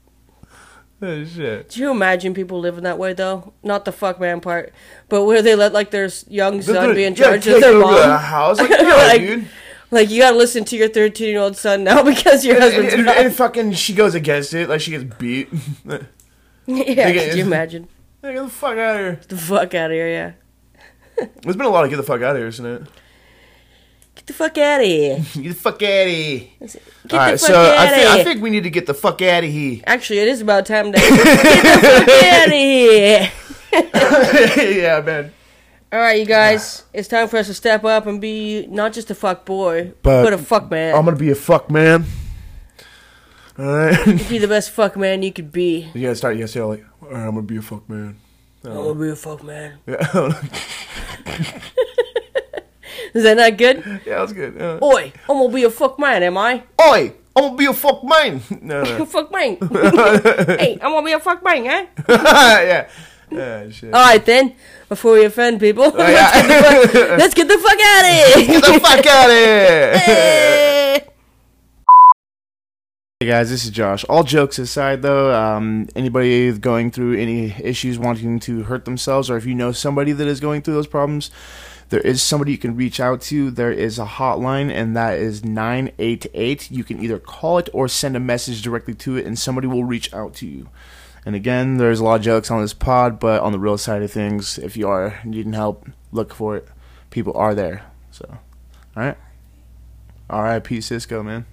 S2: Oh, shit.
S1: Do you imagine people living that way though? Not the fuck man part, but where they let like their s- young son be in
S2: Yeah,
S1: charge
S2: take
S1: of their
S2: over
S1: mom.
S2: The
S1: <laughs>
S2: house. Like, no,
S1: Like,
S2: dude.
S1: Like you gotta listen to your 13 year old son now <laughs> because your
S2: and,
S1: husband's
S2: and-
S1: not.
S2: and fucking she goes against it, like she gets beat. <laughs> like,
S1: <laughs> yeah,
S2: Like,
S1: could you imagine?
S2: get the fuck out of here.
S1: Get the fuck out of here, yeah.
S2: There's been a lot of get the fuck out of here, isn't it? <laughs>
S1: Get the fuck out of here.
S2: Get the fuck out of here.
S1: Get
S2: All
S1: the
S2: right,
S1: fuck
S2: so
S1: out
S2: I,
S1: of
S2: thi- I
S1: here.
S2: think we need to get the fuck out
S1: <laughs>
S2: of here. <laughs>
S1: Actually, it is about time to get the fuck out of here.
S2: yeah, man.
S1: All right, you guys, it's time for us to step up and be not just a fuck boy,
S2: But
S1: but, a fuck man.
S2: I'm gonna be a fuck man. All right, <laughs> you
S1: be the best fuck man you could be.
S2: gotta start. You gotta say like, all right, I'm gonna be a fuck man. <laughs>
S1: I want to be a fuck man.
S2: Yeah,
S1: Is that not good?
S2: <laughs> yeah, that's good. Uh,
S1: Oi, I'm gonna be a fuck man, am I?
S2: Oi, I'm gonna be a fuck man. <laughs> No,
S1: You <laughs>
S2: no.
S1: fuck
S2: <laughs>
S1: man. hey, I'm gonna be a fuck man, eh?
S2: yeah. Ah, shit.
S1: All right then, before we offend people,
S2: yeah.
S1: let's, get the fuck, <laughs> let's get the fuck out of here.
S2: Get <laughs>
S1: <laughs>
S2: the fuck out of here.
S1: Hey.
S3: Hey guys, this is Josh. All jokes aside, though, um, anybody going through any issues wanting to hurt themselves, or if you know somebody that is going through those problems, there is somebody you can reach out to. There is a hotline, and that is 988. You can either call it or send a message directly to it, and somebody will reach out to you. And again, there's a lot of jokes on this pod, but on the real side of things, if you are needing help, look for it. People are there. So, all right. RIP Cisco, man.